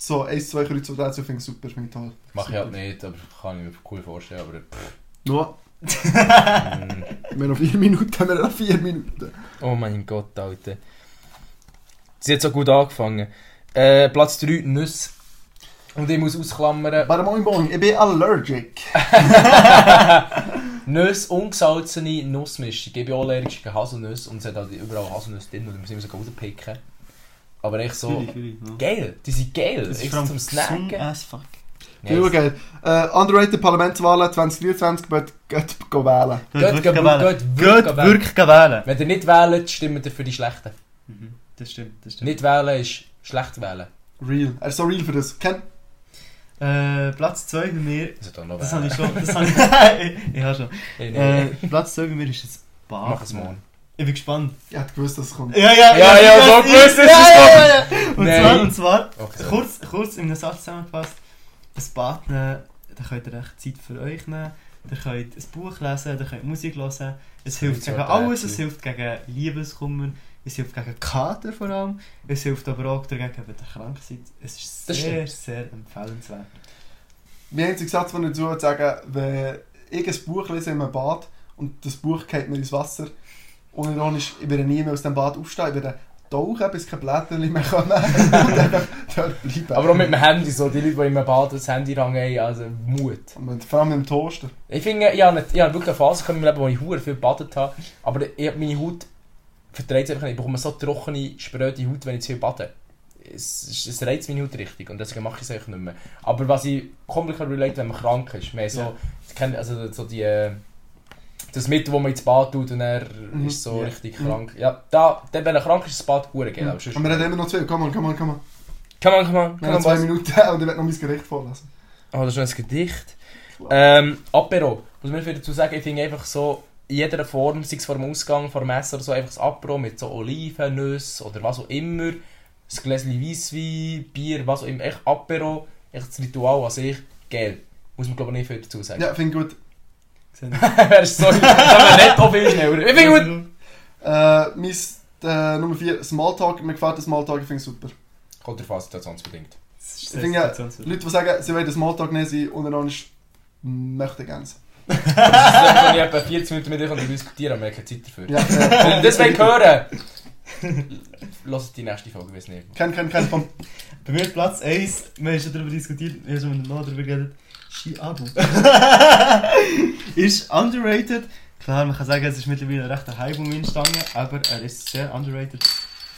S4: so 1, 2 Kreuz und Rätsel. Finde ich super, finde ich toll.
S2: Mach ich halt nicht, aber kann ich mir cool vorstellen, aber pff,
S4: Nur,
S2: mm.
S4: wir haben noch 4 Minuten, wir haben noch 4 Minuten.
S2: Oh mein Gott, Alter. Sie hat so gut angefangen. Äh, Platz 3, Nüsse. Und ich muss ausklammern,
S4: Badaboing Boing, ich bin allergic.
S2: Nüsse, ungesalzene Nussmischung. Ich bin auch allergisch gegen Haselnüsse und es hat halt überall Haselnüsse drin und ich muss immer so rauspicken. Aber echt so...
S3: Fühle ich, fühle ich, ja.
S2: Geil, die sind geil.
S3: ne? Das
S2: Ich
S3: ist vor allem
S2: zum Snacken.
S3: gesund as fuck.
S4: Yes. Super
S2: Yes.
S4: geil. Äh, underrated Parlamentswahlen 2023, geht geht wählen.
S2: Geht
S3: Geht wirklich
S2: gehen
S3: wählen.
S2: wählen. Geht
S3: Geht
S2: gehen
S3: wirklich wählen.
S2: Wenn ihr nicht wählt, stimmt ihr für die Schlechten.
S3: Mhm, Das stimmt, das stimmt.
S2: Nicht wählen ist schlecht wählen.
S4: Real. Er ist so real für das. Kennt
S3: Äh, Platz 2 bei mir,
S2: Also dann noch
S3: das
S2: wählen.
S3: habe ich schon, das habe ich, ich habe schon.
S2: Ich nicht.
S3: Äh, Platz 2 bei mir ist jetzt Bach.
S2: Mach es morgen.
S3: Ich bin gespannt.
S4: Ich hätte gewusst, dass es kommt.
S3: Ja, ja,
S2: Ja, ja, so gewusst ist es
S3: es Und
S2: Nein.
S3: zwar, und zwar,
S2: Okay.
S3: Kurz, kurz in einem Satz zusammengefasst: Ein Bad nehmen, da könnt ihr echt Zeit für euch nehmen, da könnt ein Buch lesen, da könnt Musik hören. Es hilft gegen alles, es hilft gegen Liebeskummer, es hilft gegen Kater vor allem, es hilft aber auch dagegen, wenn ihr krank seid. Es ist
S2: Das
S3: sehr,
S2: stimmt.
S3: sehr empfehlenswert.
S4: Mein einziger Satz, den ich dazu würde sagen wenn ich ein Buch lese in einem Bad und das Buch geht mir ins Wasser, unironisch, ich werde nie mehr aus dem Bad aufstehen, ich werde tauchen, bis keine Blätter mehr kommen und einfach dort bleiben.
S2: Aber auch mit dem Handy, so die Leute, die im Bad das Handy rangen, also Mut.
S4: und vor allem im Toaster.
S2: Ich finde, ich habe, nicht, ich habe wirklich eine Phase gehabt in meinem Leben, wo ich hure viel gebadet habe, aber ich, meine Haut verträgt es einfach nicht. Ich bekomme so trockene, spröde Haut, wenn ich zu viel bade. Es, es, es reizt meine Haut richtig und deswegen mache ich es eigentlich nicht mehr. Aber was ich komplett relate, wenn man krank ist, mehr so,
S3: Ja.
S2: ich kenne- also so die, äh, das Mittel, das man ins Bad tut und er
S4: Mhm. Mhm.
S2: ist so
S3: Ja.
S2: richtig krank. Ja, da, dann, wenn er krank ist, ist das Bad gut geil, aber Genau, sonst...
S4: Und wir haben immer noch zwei. Komm mal, komm mal, komm mal.
S2: Come on, come on,
S4: Wir
S2: come
S4: haben
S2: on,
S4: zwei
S2: boys.
S4: Minuten und ich werde noch mein Gericht vorlesen.
S2: Oh, das ist noch ein Gedicht. Ähm, Apero. Muss man dazu sagen, ich finde einfach so, in jeder Form, sei es vor dem Ausgang, vor dem Essen oder so, einfach das Apero mit so Oliven, Nüsse oder was auch immer. ein Gläschen Weisswein, Bier, was auch immer. Echt Apero, echt das Ritual an sich, geil. Muss man glaube ich nicht viel dazu sagen.
S4: Ja, finde ich gut.
S2: Wärst so, das haben wir nicht auch viel schneller. Ich finde gut.
S4: Äh, mein äh, Nummer 4, Smalltalk. Mir gefällt das Smalltalk, ich finde es super.
S2: Kommt davon, situationsbedingt.
S3: Das
S4: Ich finde ja, Leute, die sagen, sie wollen den Smalltalk nehmen, sie untereinander möchten gerne.
S2: Wenn ich etwa 40 Minuten mit euch diskutieren kann, merke ich Zeit dafür.
S4: Ja,
S2: Wenn ihr
S4: äh,
S2: das wollt hören lasst die nächste Folge, wenn es nicht.
S4: Kein, kein, kein vom
S3: Bei mir Platz 1, wir haben schon darüber diskutiert, wir haben schon noch darüber geredet. Ski-Abu. ist underrated. Klar, man kann sagen, es ist mittlerweile recht ein Hype um ihn gestanden, aber er ist sehr underrated.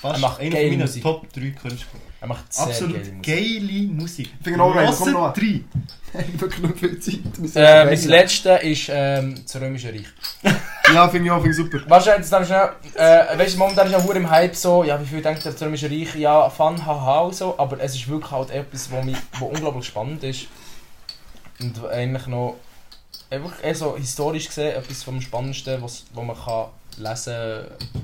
S2: Er
S3: Fast
S2: macht
S3: einer
S2: geile
S3: meiner
S2: Musik.
S3: Top 3 Künstler.
S2: Er macht sehr geile
S3: Absolut
S2: Musik.
S3: geile Musik.
S4: Finger noch rein, genau komm noch an.
S3: Drei.
S4: wirklich nicht viel Zeit. Wir sind
S2: Äh,
S4: schon
S2: mein
S4: weg.
S2: letztes ist ähm, das Römische Reich.
S4: Ja, finde ich auch, finde ich super.
S2: Wahrscheinlich, jetzt darfst du schnell, äh, weißt du, momentan ist ja hure im Hype so, ja, wie viel denkt der Römische Reich, ja, Fun, haha und so, aber es ist wirklich halt etwas, wo, mich, wo unglaublich spannend ist. Und eigentlich noch, einfach eher so historisch gesehen, etwas vom Spannendsten, was, was man kann lesen,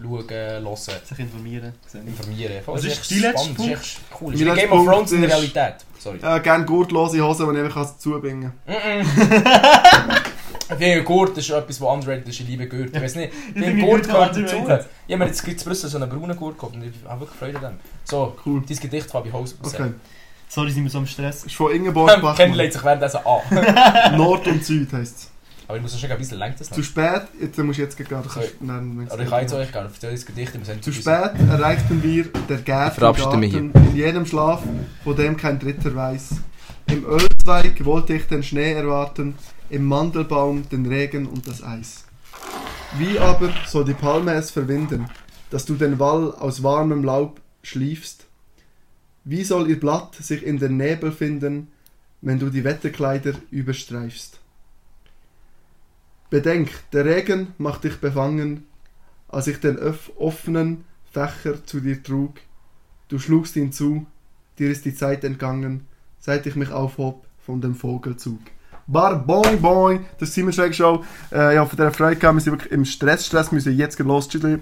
S2: schauen, hören,
S3: Sich informieren.
S2: informieren.
S3: Was
S2: Es
S3: ist dein letzter
S2: spannend, es ist echt cool. Es ist
S4: Mein
S2: wie Game
S4: letzter
S2: of Thrones in der
S4: Punkt ist-
S2: Realität. Sorry.
S4: Äh, gerne gurtlose Hosen, die ich einfach zubringen
S2: Mm -mm. Ich finde, Gurt ist etwas, was underrated ist. Ich liebe Gurt. Ich weiß nicht. Ich finde,
S3: finde
S2: Gurt
S3: Gurt
S2: gehört dazu.
S3: underrated.
S2: Ich habe mir jetzt in Brüssel so einen braunen Gurt gehabt und ich habe wirklich Freude an dem. So,
S4: Cool.
S2: dein Gedicht Fabi Haus.
S4: kann. Okay.
S3: Sorry, sind wir so im Stress.
S4: Ist von Ingeborg
S2: Ken legt
S4: Bachmann.
S2: sich währenddessen an.
S4: Nord und Süd heisst es.
S2: Aber ich muss noch schnell ein bisschen lenken. das
S4: Zu
S2: noch.
S4: spät, jetzt musst du jetzt gehen. Du
S2: Sorry.
S4: kannst, nein, wenn's
S2: Oder ich
S4: geht.
S2: kann jetzt euch gerne erzählen, das Gedicht. Wir sind
S4: Zu spät erreichten wir der Gärten
S2: verabschiede mich
S4: Garten, in jedem Schlaf, wo dem kein Dritter weiß. Im Ölzweig wollte ich den Schnee erwarten, im Mandelbaum den Regen und das Eis. Wie aber soll die Palme es verwinden, dass du den Wall aus warmem Laub schliefst? Wie soll ihr Blatt sich in den Nebel finden, wenn du die Wetterkleider überstreifst? Bedenk, der Regen macht dich befangen, als ich den öff- offenen Fächer zu dir trug. Du schlugst ihn zu, dir ist die Zeit entgangen, seit ich mich aufhob von dem Vogelzug. Barbon Boy, das ist Simon Schräg Show. Äh, ich hoffe, ihr habt Freude gehabt. Wir sind wirklich im Stress. Stress wir müssen jetzt gleich los. Tschüss.